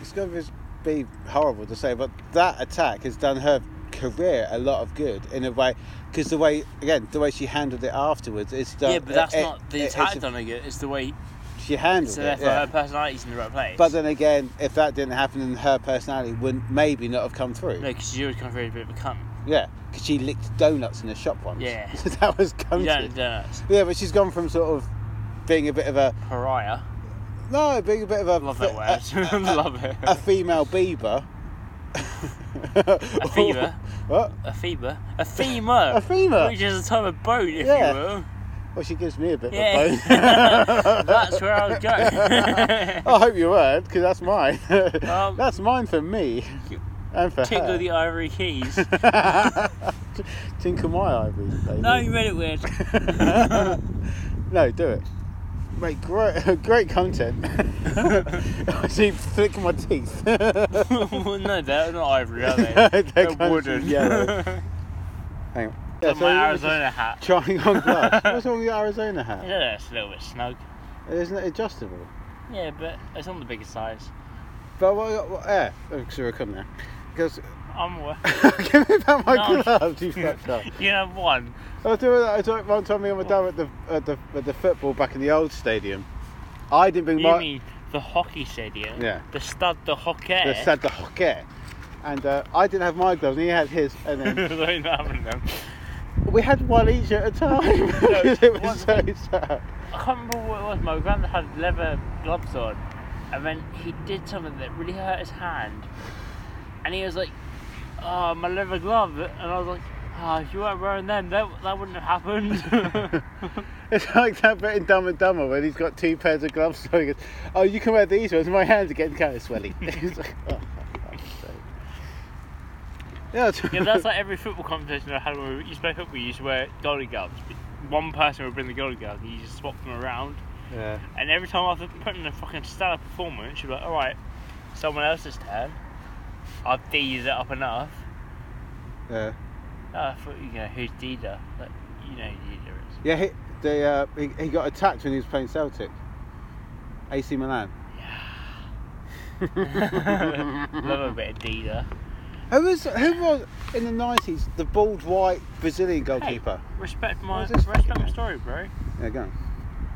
Speaker 4: it's going to be horrible to say, but that attack has done her career a lot of good in a way, because the way again the way she handled it afterwards is done.
Speaker 5: yeah, but that's
Speaker 4: it-
Speaker 5: not
Speaker 4: it-
Speaker 5: the
Speaker 4: it's
Speaker 5: attack
Speaker 4: a-
Speaker 5: done again. It's the way.
Speaker 4: She handled
Speaker 5: So
Speaker 4: it.
Speaker 5: therefore,
Speaker 4: Yeah.
Speaker 5: her personality's in the right place.
Speaker 4: But then again, if that didn't happen, then her personality wouldn't maybe not have come through.
Speaker 5: no, because she always kind of a bit of a cunt.
Speaker 4: Yeah, because she licked donuts in a shop once.
Speaker 5: Yeah.
Speaker 4: that was
Speaker 5: You
Speaker 4: country.
Speaker 5: don't, don't
Speaker 4: Yeah, but she's gone from sort of being a bit of a
Speaker 5: uh, pariah.
Speaker 4: no, being a bit of a
Speaker 5: Love
Speaker 4: a-
Speaker 5: that word. Love it.
Speaker 4: a female Bieber. a
Speaker 5: Bieber?
Speaker 4: What?
Speaker 5: A femur. A femur.
Speaker 4: A femur.
Speaker 5: Which is a type of bone, if
Speaker 4: Yeah.
Speaker 5: you will.
Speaker 4: Well, she gives me a bit
Speaker 5: Yeah.
Speaker 4: of a bone.
Speaker 5: That's where I'll go.
Speaker 4: I hope you weren't, because that's mine.
Speaker 5: Um,
Speaker 4: that's mine for me and for
Speaker 5: Tingle
Speaker 4: her.
Speaker 5: the ivory keys.
Speaker 4: Tinkle my ivories, baby.
Speaker 5: no, you read it weird.
Speaker 4: No, do it. Mate, great, great content. I see flicking my teeth.
Speaker 5: well, no, they're not ivory, are they?
Speaker 4: They're kind of
Speaker 5: wooden.
Speaker 4: yellow. Hang on. Yeah,
Speaker 5: Like
Speaker 4: so
Speaker 5: my
Speaker 4: it was
Speaker 5: Arizona hat.
Speaker 4: just Trying on glass. What's wrong with your Arizona hat?
Speaker 5: Yeah, it's a little bit snug.
Speaker 4: Isn't it adjustable?
Speaker 5: Yeah, but it's on the bigger size.
Speaker 4: But what? what yeah, oh, sure, we'll come now. Because
Speaker 5: I'm. wa-
Speaker 4: give me back my
Speaker 5: No.
Speaker 4: gloves. You fucked up.
Speaker 5: You have one.
Speaker 4: I was doing that. I was doing, one time me and my dad were at the at the at the football back in the old stadium. I didn't bring
Speaker 5: You
Speaker 4: my.
Speaker 5: mean the hockey stadium?
Speaker 4: Yeah.
Speaker 5: The stud, the hockey.
Speaker 4: the sad the hockey. And uh, I didn't have my gloves, and he had his, and then
Speaker 5: They're not having them.
Speaker 4: we had one each at a time. because it was so sad.
Speaker 5: I can't remember what it was. My granddad had leather gloves on, and then he did something that really hurt his hand. And he was like, "Oh, my leather glove," and I was like, "Oh, if you weren't wearing them, that, that wouldn't have happened."
Speaker 4: It's like that bit in Dumb and Dumber when he's got two pairs of gloves. So he goes, "Oh, you can wear these ones. My hands are getting kind of swelly." He's like, "Oh, for fuck's sake." Yeah,
Speaker 5: Yeah, that's like every football competition I had when we used to play football. You used to wear goalie gloves. One person would bring the goalie gloves, and you just swap them around.
Speaker 4: yeah.
Speaker 5: And every time after putting in a fucking stellar performance, you're like, all right, someone else's turn. I've D'd it up enough.
Speaker 4: yeah.
Speaker 5: Oh, I thought you know who's D'der? Like, you know who D'der is.
Speaker 4: Yeah, he, they, uh, he, he got attacked when he was playing Celtic. AC Milan.
Speaker 5: Love a bit of D'der.
Speaker 4: Who was who was in the nineties the bald white Brazilian goalkeeper?
Speaker 5: Respect my
Speaker 4: What is this
Speaker 5: respect
Speaker 4: fucking
Speaker 5: my
Speaker 4: name?
Speaker 5: story, bro.
Speaker 4: Yeah, go on.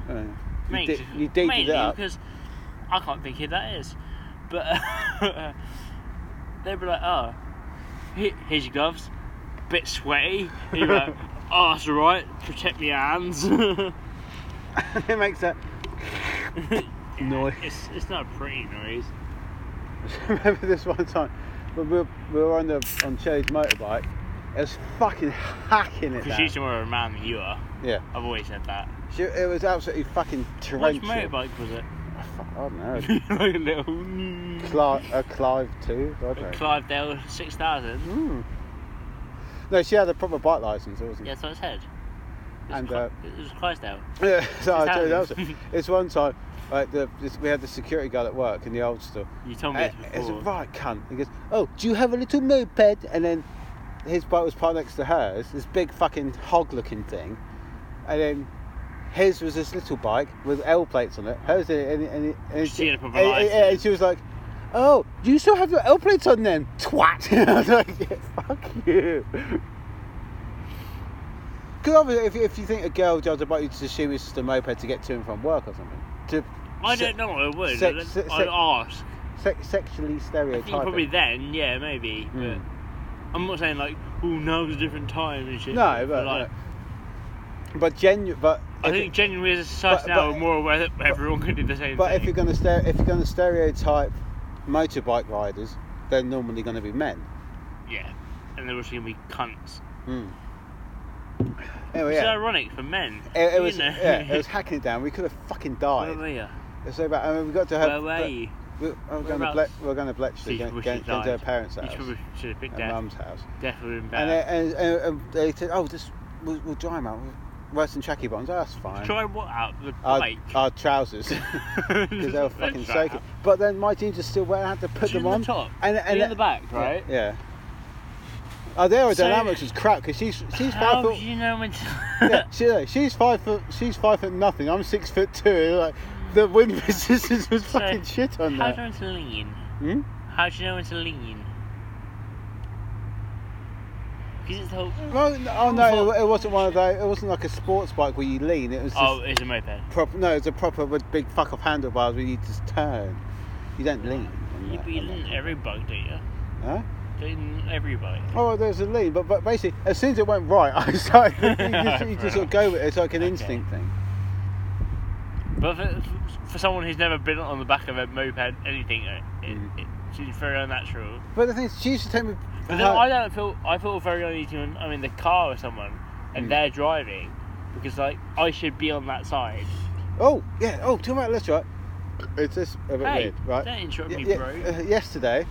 Speaker 4: Uh, you
Speaker 5: Mate,
Speaker 4: di- you dated
Speaker 5: mainly
Speaker 4: it up.
Speaker 5: because I can't think who that is. But they'd be like, oh, he- here's your gloves, bit sweaty. And you're like, oh, it's alright, protect me hands.
Speaker 4: it makes that noise.
Speaker 5: it's, it's not a pretty noise.
Speaker 4: remember this one time when we were, we were on the on Cherry's motorbike. It was fucking hacking it.
Speaker 5: Because
Speaker 4: Down.
Speaker 5: she's more of a man than you are.
Speaker 4: Yeah,
Speaker 5: I've always said that.
Speaker 4: she, it was absolutely fucking
Speaker 5: Which
Speaker 4: torrential.
Speaker 5: motorbike was it?
Speaker 4: Fuck, I don't know.
Speaker 5: like a little.
Speaker 4: Clive, a Clive two. I don't know.
Speaker 5: Clivedale 6000.
Speaker 4: Mm. No, she had a proper bike license, wasn't
Speaker 5: Yeah, that's what it said. It was,
Speaker 4: And,
Speaker 5: Cli-
Speaker 4: uh,
Speaker 5: it was Clydesdale.
Speaker 4: Yeah, so I tell you, that was
Speaker 5: Italian.
Speaker 4: It's one time, like the, this, we had the security guard at work in the old store.
Speaker 5: You told me
Speaker 4: And
Speaker 5: this
Speaker 4: It's a
Speaker 5: before.
Speaker 4: right cunt. He goes, "Oh, do you have a little moped?" And then his bike was parked next to hers, this big fucking hog-looking thing, and then. His was this little bike with L plates on it. Hers didn't, and, and, and,
Speaker 5: She had a proper
Speaker 4: and- and-
Speaker 5: license.
Speaker 4: and she was like, "Oh, you still have your L plates on then, twat!" I was like, yeah, "Fuck you." Because obviously, if, you- if you think a girl drives a bike, you just assume it's just a moped to get to and from work or something. To
Speaker 5: I
Speaker 4: se-
Speaker 5: don't know, I would.
Speaker 4: se-
Speaker 5: I'd,
Speaker 4: se-
Speaker 5: I'd
Speaker 4: se-
Speaker 5: ask.
Speaker 4: se- sexually
Speaker 5: I
Speaker 4: stereotyping.
Speaker 5: think probably then, yeah, maybe.
Speaker 4: Mm.
Speaker 5: But I'm not saying like, oh, now's a different time and shit.
Speaker 4: No, but
Speaker 5: like,
Speaker 4: but genu- but
Speaker 5: I
Speaker 4: if
Speaker 5: think
Speaker 4: it-
Speaker 5: genuinely as a society
Speaker 4: but-
Speaker 5: now,
Speaker 4: but-
Speaker 5: we're more aware that everyone can do the same
Speaker 4: but
Speaker 5: thing.
Speaker 4: if you're gonna stere- if you're gonna stereotype motorbike riders, they're normally gonna be men.
Speaker 5: yeah, and they're also gonna be cunts.
Speaker 4: Anyway,
Speaker 5: It's
Speaker 4: Oh, yeah.
Speaker 5: ironic for men.
Speaker 4: It, it
Speaker 5: you
Speaker 4: was
Speaker 5: know?
Speaker 4: yeah, it was hacking it down. We could have fucking
Speaker 5: Where
Speaker 4: died.
Speaker 5: were you?
Speaker 4: It's so bad. I mean, we got to her.
Speaker 5: Where were you?
Speaker 4: We, we were going to
Speaker 5: Whereabouts?
Speaker 4: Ble- we were going to Bletchley,
Speaker 5: So you
Speaker 4: going,
Speaker 5: probably
Speaker 4: going,
Speaker 5: should've
Speaker 4: going to her
Speaker 5: died.
Speaker 4: parents'
Speaker 5: You
Speaker 4: house,
Speaker 5: probably should have picked
Speaker 4: her
Speaker 5: death.
Speaker 4: mum's house.
Speaker 5: Death would have been
Speaker 4: And,
Speaker 5: better.
Speaker 4: they- and, and, and they said, "Oh, just we'll, we'll dry them out. We'll wear some tracky bottoms. Oh, that's fine."
Speaker 5: Try what out? The
Speaker 4: our,
Speaker 5: bike.
Speaker 4: our trousers because they were
Speaker 5: Don't
Speaker 4: fucking
Speaker 5: try
Speaker 4: soaking.
Speaker 5: it.
Speaker 4: But then my jeans are still wet. I had to put
Speaker 5: Two
Speaker 4: them
Speaker 5: in
Speaker 4: on.
Speaker 5: the top,
Speaker 4: And, and
Speaker 5: two in the back, right?
Speaker 4: Yeah. Oh, their aerodynamics was crap because she's she's
Speaker 5: How
Speaker 4: five
Speaker 5: do
Speaker 4: foot.
Speaker 5: you know when? To...
Speaker 4: Yeah, she, yeah, she's five foot. She's five foot nothing. I'm six foot two. Like the wind resistance was
Speaker 5: So,
Speaker 4: fucking shit on
Speaker 5: How do you
Speaker 4: that.
Speaker 5: know when to lean?
Speaker 4: Hmm?
Speaker 5: How do you know when to lean? Because it's the whole.
Speaker 4: Well, n- oh no, it, it wasn't one of those. It wasn't like a sports bike where you lean. It was just
Speaker 5: Oh, it's a moped.
Speaker 4: proper. No, it's a proper with big fuck off handlebars where you just turn. You don't lean. on
Speaker 5: You
Speaker 4: that-
Speaker 5: be
Speaker 4: on that.
Speaker 5: in every bug, don't you?
Speaker 4: Huh?
Speaker 5: Don't you lean every bug.
Speaker 4: Oh, there's a lean, but, but basically, as soon as it went right, I started. You just, you just sort of go with it. It's like an
Speaker 5: Okay.
Speaker 4: instinct thing.
Speaker 5: But for, for someone who's never been on the back of a moped, anything, it,
Speaker 4: Mm.
Speaker 5: it, it seems very unnatural.
Speaker 4: But the thing is, she used to take me.
Speaker 5: But then I don't feel I feel very uneasy when I'm in the car with someone and
Speaker 4: Mm.
Speaker 5: they're driving because like I should be on that side.
Speaker 4: Oh yeah. Oh, talking about this, right? It's just a bit
Speaker 5: hey,
Speaker 4: weird, right?
Speaker 5: don't interrupt
Speaker 4: Ye-
Speaker 5: me,
Speaker 4: ye-
Speaker 5: bro.
Speaker 4: uh, yesterday,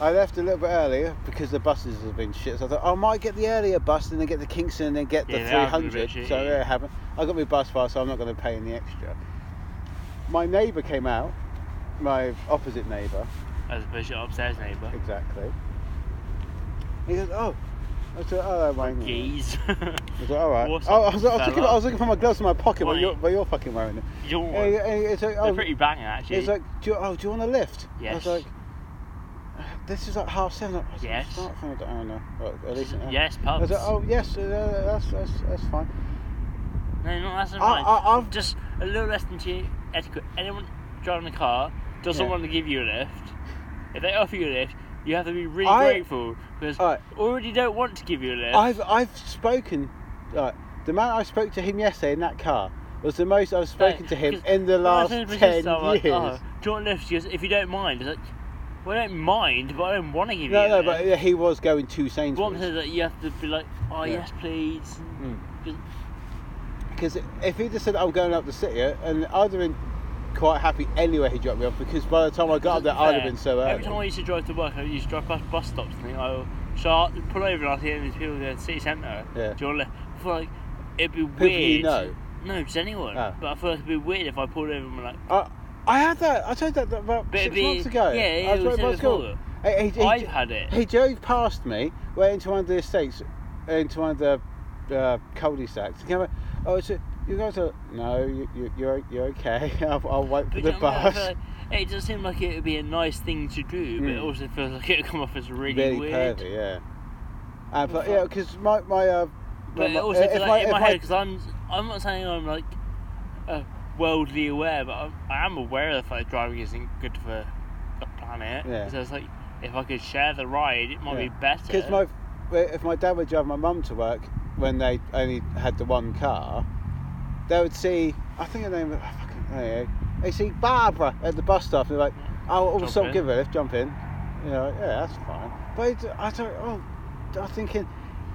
Speaker 4: I left a little bit earlier because the buses have been shit. So I thought I might get the earlier bus and then get the Kingston and then get the
Speaker 5: Yeah, they are gonna be
Speaker 4: 300.
Speaker 5: shit,
Speaker 4: So
Speaker 5: yeah.
Speaker 4: there it happened. I got my bus pass, so I'm not going to pay any extra. My neighbour came out, my opposite neighbour,
Speaker 5: As opposed to your upstairs neighbour.
Speaker 4: Exactly. He goes, oh. I said, oh, that rang me."
Speaker 5: Geez.
Speaker 4: I was like, all right.
Speaker 5: What's
Speaker 4: Oh,
Speaker 5: up,
Speaker 4: I was, I was looking,
Speaker 5: fella?
Speaker 4: I was looking for my gloves in my pocket, but
Speaker 5: Why?
Speaker 4: you're, but you're fucking wearing them.
Speaker 5: Yawn.
Speaker 4: And he- and it's like,
Speaker 5: They're
Speaker 4: oh,
Speaker 5: pretty banging actually.
Speaker 4: it's like, do you, oh, do you want a lift? I
Speaker 5: Yes.
Speaker 4: was like, this is like half seven. I was like,
Speaker 5: Yes.
Speaker 4: "It's not from- I don't know. Well, at least it-
Speaker 5: yes,
Speaker 4: I
Speaker 5: pubs.
Speaker 4: was like, oh yes, uh, that's, that's that's fine.
Speaker 5: No, no, that's not
Speaker 4: I-
Speaker 5: fine.
Speaker 4: I- I've-
Speaker 5: just a little less than to etiquette. Anyone driving a car doesn't
Speaker 4: Yeah.
Speaker 5: want to give you a lift. If they offer you a lift, you have to be really
Speaker 4: I-
Speaker 5: grateful because
Speaker 4: Alright.
Speaker 5: already don't want to give you a lift.
Speaker 4: I've I've spoken. Like, the man I spoke to him yesterday in that car was the most I've
Speaker 5: No,
Speaker 4: spoken to him
Speaker 5: 'cause
Speaker 4: in the
Speaker 5: when I
Speaker 4: last
Speaker 5: said to my
Speaker 4: ten years.
Speaker 5: sister, I'm like, "Oh, do you want a lift? She goes, if you don't mind. It's like, well, I don't mind, but I don't want to give
Speaker 4: No,
Speaker 5: you
Speaker 4: no,
Speaker 5: a lift.
Speaker 4: but he was going to
Speaker 5: One
Speaker 4: Sainsbury's.
Speaker 5: says that you have to be like, oh,
Speaker 4: Yeah. Mm.
Speaker 5: yes, please.
Speaker 4: Because if he just said, I'm going up the city, and I'd have been quite happy anywhere he dropped me off because by the time I got up there, I'd have been so
Speaker 5: Every
Speaker 4: early.
Speaker 5: time I used to drive to work, I used to drive past bus stops and think, oh, so I pull over and I see these people there at the city centre.
Speaker 4: Yeah.
Speaker 5: Do you want to I feel like it'd be
Speaker 4: you
Speaker 5: weird.
Speaker 4: know?
Speaker 5: No, just anyone.
Speaker 4: Oh.
Speaker 5: But I feel like it'd be weird if I pulled over and were like,
Speaker 4: I, I had that. I told that about
Speaker 5: But
Speaker 4: six
Speaker 5: it'd be-
Speaker 4: months ago.
Speaker 5: yeah,
Speaker 4: I
Speaker 5: yeah,
Speaker 4: was driving
Speaker 5: we said
Speaker 4: by
Speaker 5: this
Speaker 4: school.
Speaker 5: before.
Speaker 4: He, he,
Speaker 5: I've had it.
Speaker 4: He drove past me, went into one of the estates, into one of the uh, cul-de-sacs. He came over, oh, it's a, you guys are, no, you, you, you're, you're okay. I'll, I'll wait for
Speaker 5: But
Speaker 4: the
Speaker 5: do you know what I mean? I
Speaker 4: bus.
Speaker 5: feel like it does seem like it would be a nice thing to do, but it
Speaker 4: Mm.
Speaker 5: also feels like it would come off as really,
Speaker 4: really
Speaker 5: weird.
Speaker 4: pervy, yeah. Uh, but yeah, because my, my, uh,
Speaker 5: But
Speaker 4: my,
Speaker 5: it also
Speaker 4: if
Speaker 5: feels
Speaker 4: my-
Speaker 5: like in
Speaker 4: if
Speaker 5: my
Speaker 4: my-
Speaker 5: head because I'm I'm not saying I'm like uh, worldly aware, but I'm, I am aware of the fact that driving isn't good for the planet.
Speaker 4: Yeah.
Speaker 5: So it's like if I could share the ride, it might be better.
Speaker 4: Because my, if my dad would drive my mum to work when they only had the one car, they would see. I think her name. I fucking, oh yeah, they see Barbara at the bus stop. And they're like, "Oh, all
Speaker 5: Jump
Speaker 4: salt
Speaker 5: in.
Speaker 4: give her a lift, jump in." You know, yeah, that's fine. But it's- I don't. Oh, I'm thinking,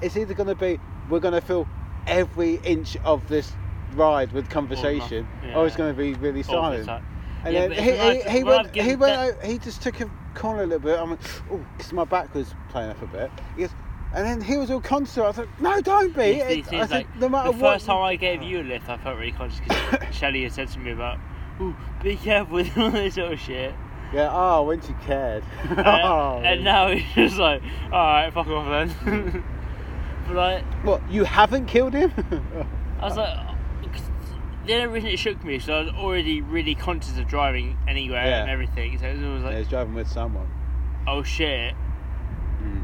Speaker 4: it's either going to be we're going to fill every inch of this ride with conversation, or, it's
Speaker 5: yeah.
Speaker 4: going to be really
Speaker 5: All the
Speaker 4: silent.
Speaker 5: time.
Speaker 4: And
Speaker 5: Yeah,
Speaker 4: then
Speaker 5: but
Speaker 4: he,
Speaker 5: it's a
Speaker 4: he,
Speaker 5: nice-
Speaker 4: he
Speaker 5: well, I've
Speaker 4: went, he
Speaker 5: given
Speaker 4: went
Speaker 5: that-
Speaker 4: out, he just took a corner a little bit. I'm like, oh, because my back was playing up a bit. He goes, and then he was all constant. I was like, no, don't be.
Speaker 5: It's-
Speaker 4: It-
Speaker 5: it's-
Speaker 4: I
Speaker 5: it's
Speaker 4: said,
Speaker 5: like
Speaker 4: no matter
Speaker 5: the
Speaker 4: what.
Speaker 5: first time I gave you a lift, I felt really conscious because Shelley had said to me about, "Ooh, be careful with all this sort of shit."
Speaker 4: Yeah, oh, when she cared.
Speaker 5: And,
Speaker 4: oh,
Speaker 5: and now it's just like, all right, fuck off then. but like,
Speaker 4: What, you haven't killed him?
Speaker 5: I was like, oh, 'cause the only reason it shook me is 'cause I was already really conscious of driving anywhere
Speaker 4: Yeah.
Speaker 5: and everything. So it was always
Speaker 4: yeah,
Speaker 5: like,
Speaker 4: he's driving with someone.
Speaker 5: oh shit. Hmm.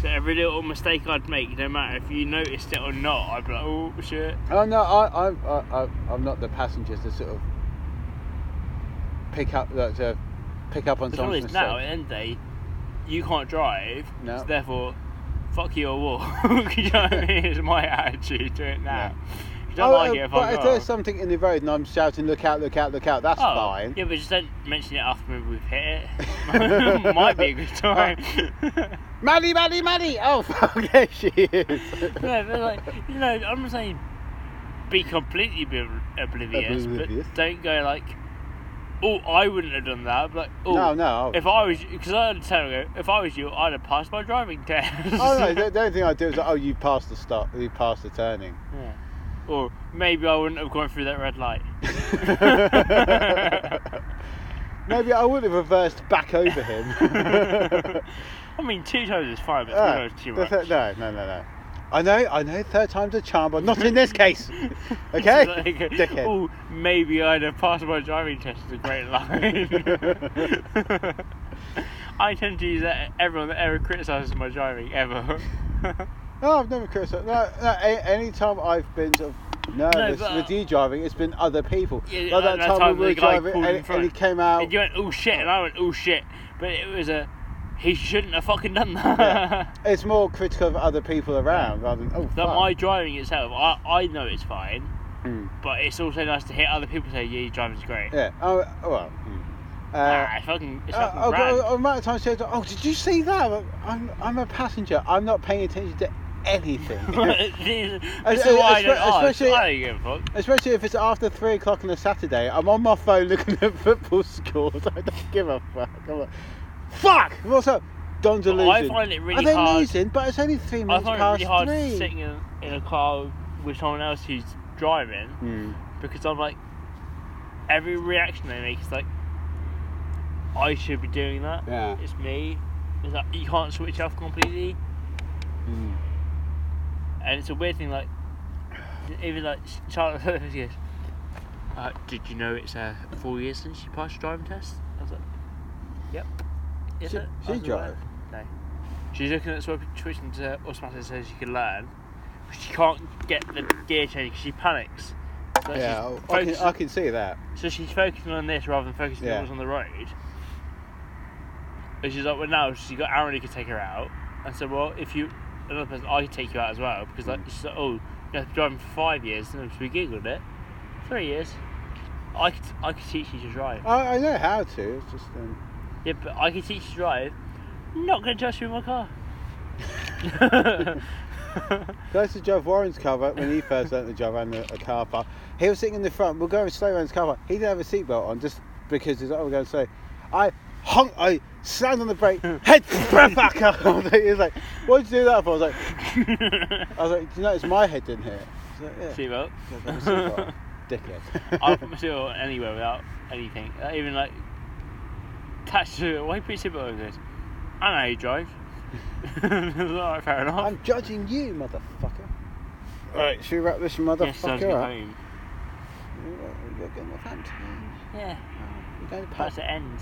Speaker 5: So every little mistake I'd make, no matter if you noticed it or not, I'd be like, oh shit.
Speaker 4: Oh, no, I, I, I, I, I'm not the passengers to sort of pick up, like, to pick up on
Speaker 5: The problem
Speaker 4: someone's
Speaker 5: is now, at
Speaker 4: mistake.
Speaker 5: the end of the day, you can't drive,
Speaker 4: No.
Speaker 5: so therefore, fuck you or walk. you know what I mean? It's my attitude to it now. If you don't
Speaker 4: Oh,
Speaker 5: like
Speaker 4: uh,
Speaker 5: it if
Speaker 4: but
Speaker 5: I
Speaker 4: if there's something in the road and I'm shouting, look out, look out, look out,
Speaker 5: Oh.
Speaker 4: that's fine.
Speaker 5: Yeah, but just don't mention it after maybe we've hit it. Might be a good time.
Speaker 4: Maddie, Maddie, Maddie! Oh, fuck, there she is.
Speaker 5: no, but like, you know, I'm not saying be completely be oblivious,
Speaker 4: Oblivious.
Speaker 5: but don't go like, oh, I wouldn't have done that. But like, oh,
Speaker 4: No, no.
Speaker 5: If I was, because I had a time ago, if I was you, I'd have passed my driving test.
Speaker 4: oh, no, the, the only thing I do is, like, oh, you passed the stop, you passed the turning.
Speaker 5: Yeah. Or maybe I wouldn't have gone through that red light.
Speaker 4: Maybe I would have reversed back over him.
Speaker 5: I mean, two times is fine, but three
Speaker 4: Ah,
Speaker 5: times is too
Speaker 4: the
Speaker 5: much.
Speaker 4: thir- no, no, no, no. I know, I know, third time's a charm, but not in this case. Okay? Dickhead.
Speaker 5: Oh, maybe I'd have passed my driving test. Is a great line. I tend to use that. Everyone that ever criticises my driving ever.
Speaker 4: No, I've never criticised. No, no, a- any time I've been sort of nervous
Speaker 5: but-
Speaker 4: with you driving, it's been other people.
Speaker 5: Yeah,
Speaker 4: like
Speaker 5: that
Speaker 4: that, time,
Speaker 5: time
Speaker 4: we were
Speaker 5: the guy
Speaker 4: driving
Speaker 5: pulled in
Speaker 4: and, and he
Speaker 5: front.
Speaker 4: came out.
Speaker 5: and you went, oh shit, and I went, oh shit. But it was a, he shouldn't have fucking done that.
Speaker 4: Yeah. It's more critical of other people around rather than oh
Speaker 5: That
Speaker 4: fuck.
Speaker 5: my driving itself, I, I know it's fine,
Speaker 4: Mm.
Speaker 5: but it's also nice to hear other people say, yeah, your driving's great.
Speaker 4: Yeah. Oh oh, well. hmm. Uh,
Speaker 5: ah, it's fucking, it's
Speaker 4: uh,
Speaker 5: fucking
Speaker 4: oh,
Speaker 5: grand.
Speaker 4: God, oh, amount of times she said, "Oh, did you see that? I'm- I'm, I'm a passenger. I'm not paying attention to anything."
Speaker 5: this this is
Speaker 4: uh,
Speaker 5: why I
Speaker 4: espe-
Speaker 5: don't ask.
Speaker 4: especially-
Speaker 5: I don't give a fuck.
Speaker 4: Especially if it's after three o'clock on a Saturday. I'm on my phone looking at football scores. I don't give a fuck. I'm like, fuck. What's up? Don's are
Speaker 5: Well, I
Speaker 4: losing.
Speaker 5: find it really
Speaker 4: are they
Speaker 5: hard-
Speaker 4: losing? But it's only three
Speaker 5: I
Speaker 4: minutes
Speaker 5: find it
Speaker 4: past
Speaker 5: really hard
Speaker 4: three.
Speaker 5: sitting in, in a car with someone else who's driving
Speaker 4: Hmm.
Speaker 5: because I'm like, every reaction they make is like, I should be doing that.
Speaker 4: Yeah.
Speaker 5: It's me. It's like, you can't switch off completely.
Speaker 4: Hmm.
Speaker 5: And it's a weird thing, like, even like Charlotte Hurst goes, uh, Did you know it's uh, four years since she passed her driving test? I was like, Yep. Is
Speaker 4: She-
Speaker 5: it? I
Speaker 4: she
Speaker 5: was aware."
Speaker 4: drove?
Speaker 5: No. She's looking at swap- switching to automatic so she can learn. But she can't get the gear change 'cause she panics. So
Speaker 4: Yeah, I
Speaker 5: she's
Speaker 4: can,
Speaker 5: focusing-
Speaker 4: I can see that.
Speaker 5: so she's focusing on this rather than focusing
Speaker 4: Yeah.
Speaker 5: on what's on the road. And she's like, well, now she got Aaron who could take her out. And so, well, if you, another person, I could take you out as well. Because, like, she's like, oh, you have to drive for five years. And so we giggled it. Three years. I could, I could teach you to drive.
Speaker 4: I, I know how to. It's just um,
Speaker 5: Yeah, but I could teach you to drive. Not going to trust you in my car.
Speaker 4: That's to Joe Warren's car park when he first learnt the job and the a car park. He was sitting in the front. We're going slow around his car park. He didn't have a seatbelt on just because he's like, oh, we're going slow. I honk, I slammed on the brake, head back up. he was like, what did you do that for? I was like, I was like, do you notice my head didn't hit? He's like, "Yeah."
Speaker 5: See, well,
Speaker 4: He's like, "I've got a seatbelt on." Dickhead.
Speaker 5: I put my seatbelt on anywhere without anything. Not even like attached to it. Why put your seatbelt on this? I know how you drive. Alright, fair enough.
Speaker 4: I'm judging you, motherfucker. Right, should we wrap this motherfucker
Speaker 5: yes, I was
Speaker 4: up?
Speaker 5: home.
Speaker 4: You're getting the fancy.
Speaker 5: Yeah,
Speaker 4: We're going to
Speaker 5: that's
Speaker 4: pass
Speaker 5: the end.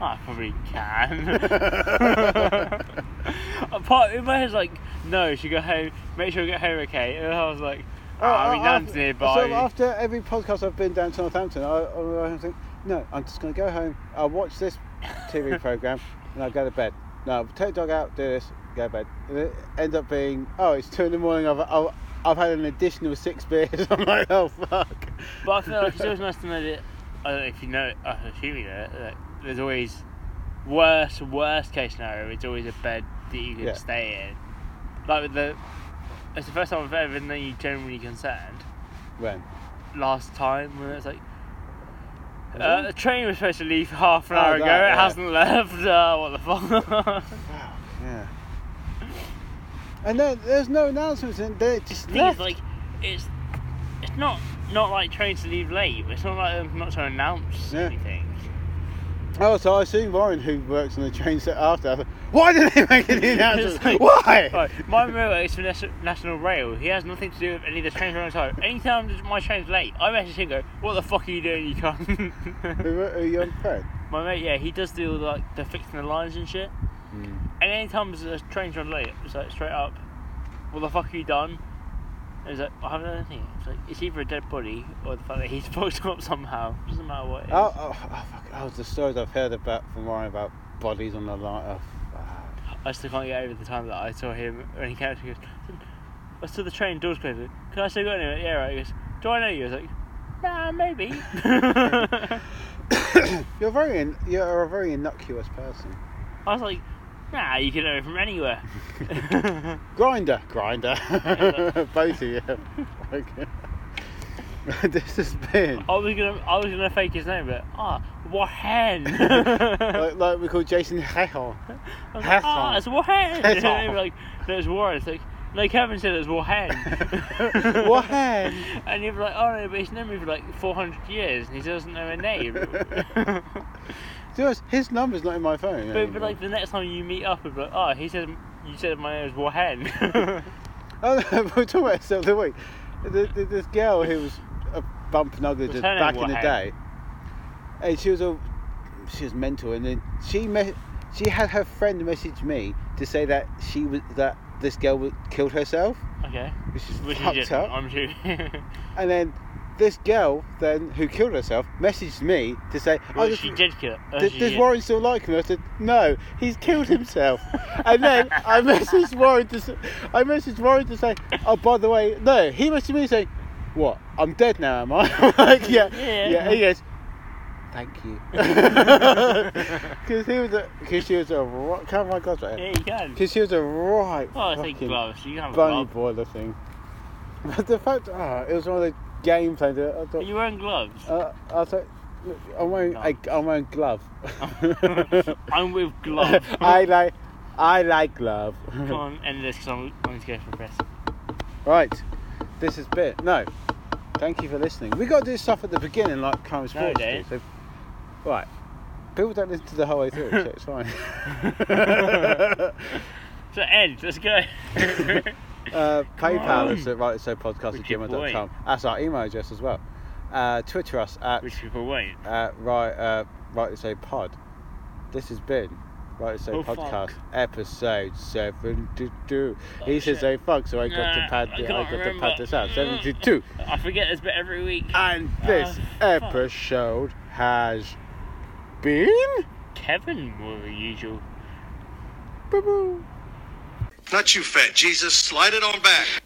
Speaker 5: I probably can.
Speaker 4: it.
Speaker 5: A part in my head's like, no, she got home. Make sure I get home okay. And I was like,
Speaker 4: Oh,
Speaker 5: ah,
Speaker 4: I-
Speaker 5: my nan's
Speaker 4: after-
Speaker 5: nearby.
Speaker 4: So after every podcast I've been down to Northampton, I, I, I think, no, I'm just going to go home. I'll watch this TV program and I'll go to bed. No, I'll take the dog out, do this, go to bed. And it end up being, oh, it's two in the morning. I've, I've, I've had an additional six beers. I'm like, oh fuck.
Speaker 5: But I feel like it's always nice to know that. I don't know if you know. it, I assume you know it. That there's always worst worst case scenario. It's always a bed that you can
Speaker 4: Yeah.
Speaker 5: stay in. Like with the, it's the first time I've ever known you generally concerned.
Speaker 4: When?
Speaker 5: Last time when it's like. Uh, the train was supposed to leave half an
Speaker 4: Oh,
Speaker 5: hour ago.
Speaker 4: that,
Speaker 5: It
Speaker 4: yeah.
Speaker 5: hasn't left. Uh, what the fuck?
Speaker 4: Yeah. And then there's no announcements, and they just
Speaker 5: thing is,
Speaker 4: left.
Speaker 5: like, it's it's not not like trains to leave late. It's not like they're not to announce
Speaker 4: Yeah.
Speaker 5: anything.
Speaker 4: Oh, so I assume Warren, who works on the train set after, I thought, why did they make any announcements? Why?
Speaker 5: Right, my mirror is for Nas- National Rail. He has nothing to do with any of the trains around time. Anytime that my train's late, I message him and go, "What the fuck are you doing, you cunt?"
Speaker 4: Who, are you on Fred?
Speaker 5: my mate, yeah, he does do all the, like the fixing the lines and shit. And anytime the trains run late, it's like straight up, "What the fuck are you done?" And he's like, "I haven't done anything." It's like it's either a dead body or the fact that he's fucked up somehow. Doesn't matter what. It is.
Speaker 4: Oh, oh, oh, fuck. oh, the stories I've heard about from Warren about bodies on the line. Oh, fuck.
Speaker 5: I still can't get over the time that I saw him when he came up to me, he goes, I saw the train doors closing. Can I still go anywhere? Yeah, right. He goes, Do I know you? I was like, Nah, maybe. I
Speaker 4: You're very, in, you're a very innocuous person.
Speaker 5: was like, Nah, you can know me from anywhere.
Speaker 4: Grinder, grinder, both of you. Okay. this has been
Speaker 5: I was gonna, I was gonna fake his name, but ah, Warhen. I
Speaker 4: like, like we call Jason Heron.
Speaker 5: was like, ah, it's Warhen.
Speaker 4: Hess
Speaker 5: And they were like, No, it's Warren. It's like, No, Kevin said it's Warhen.
Speaker 4: Warhen.
Speaker 5: And you'd be like, Oh no, but he's known me for like 400 years, and he doesn't know my name.
Speaker 4: To be honest, his number's not in my phone.
Speaker 5: But,
Speaker 4: anymore.
Speaker 5: but like the next time you meet up, it's like, oh, he said you said my name is Warhen.
Speaker 4: Oh, no, we were talking about this the other week. Th th this girl who was a bump nugget
Speaker 5: Was her name
Speaker 4: back in the
Speaker 5: Wahab?
Speaker 4: day, and she was all she was mental, and then she me- she had her friend message me to say that she was that this girl wa- killed herself,
Speaker 5: okay.
Speaker 4: which is
Speaker 5: Which
Speaker 4: fucked
Speaker 5: is
Speaker 4: up.
Speaker 5: I'm sure.
Speaker 4: And then this girl then who killed herself messaged me to say,
Speaker 5: well,
Speaker 4: just-
Speaker 5: she did kill it. Oh,
Speaker 4: does,
Speaker 5: she
Speaker 4: does
Speaker 5: did.
Speaker 4: Warren still like him? I said, no, he's killed himself. and then I messaged Warren to, s- I messaged Warren to say, oh, by the way, no, he messaged me saying, what? I'm dead now, am I? I'm like, yeah, yeah,
Speaker 5: Yeah.
Speaker 4: He goes, thank you, because he was a, because she was a, ri- can't my God,
Speaker 5: Yeah,
Speaker 4: right?
Speaker 5: you can.
Speaker 4: Because she was a right
Speaker 5: Oh, I think
Speaker 4: fucking
Speaker 5: gloves. You can have a
Speaker 4: bunny
Speaker 5: glove.
Speaker 4: boiler thing. But the fact, ah, it was one of the gameplay that I
Speaker 5: Are
Speaker 4: thought.
Speaker 5: you wearing gloves?
Speaker 4: Uh, I was like, look, I'm wearing, a, I'm wearing glove.
Speaker 5: I'm with gloves.
Speaker 4: I like, I like glove.
Speaker 5: Come on, end this because I'm going to go for a press.
Speaker 4: right, this is bit. No, thank you for listening. We got to do stuff at the beginning, like current
Speaker 5: No,
Speaker 4: sports. do,
Speaker 5: don't.
Speaker 4: so, right, people don't listen to the whole way through, so it's fine.
Speaker 5: So end. Let's go.
Speaker 4: uh, PayPal
Speaker 5: on.
Speaker 4: is at rightso.podcast at
Speaker 5: Which your
Speaker 4: gmail.com. That's our email address as well. Uh, Twitter us at
Speaker 5: Which people won't.
Speaker 4: uh, right, uh, right to say pod. This has been right to say
Speaker 5: Oh, fuck.
Speaker 4: podcast episode seventy-two. he
Speaker 5: Oh, shit.
Speaker 4: says a fuck, so I got to
Speaker 5: Nah,
Speaker 4: pad.
Speaker 5: I
Speaker 4: I,
Speaker 5: can't
Speaker 4: got to pad
Speaker 5: remember. Mm.
Speaker 4: this out. Seventy-two,
Speaker 5: I forget this bit every week.
Speaker 4: and this
Speaker 5: Ah, fuck.
Speaker 4: episode has been.
Speaker 5: Kevin, more than usual.
Speaker 4: Boo-boo.
Speaker 3: Not you, fat Jesus. Slide it on back.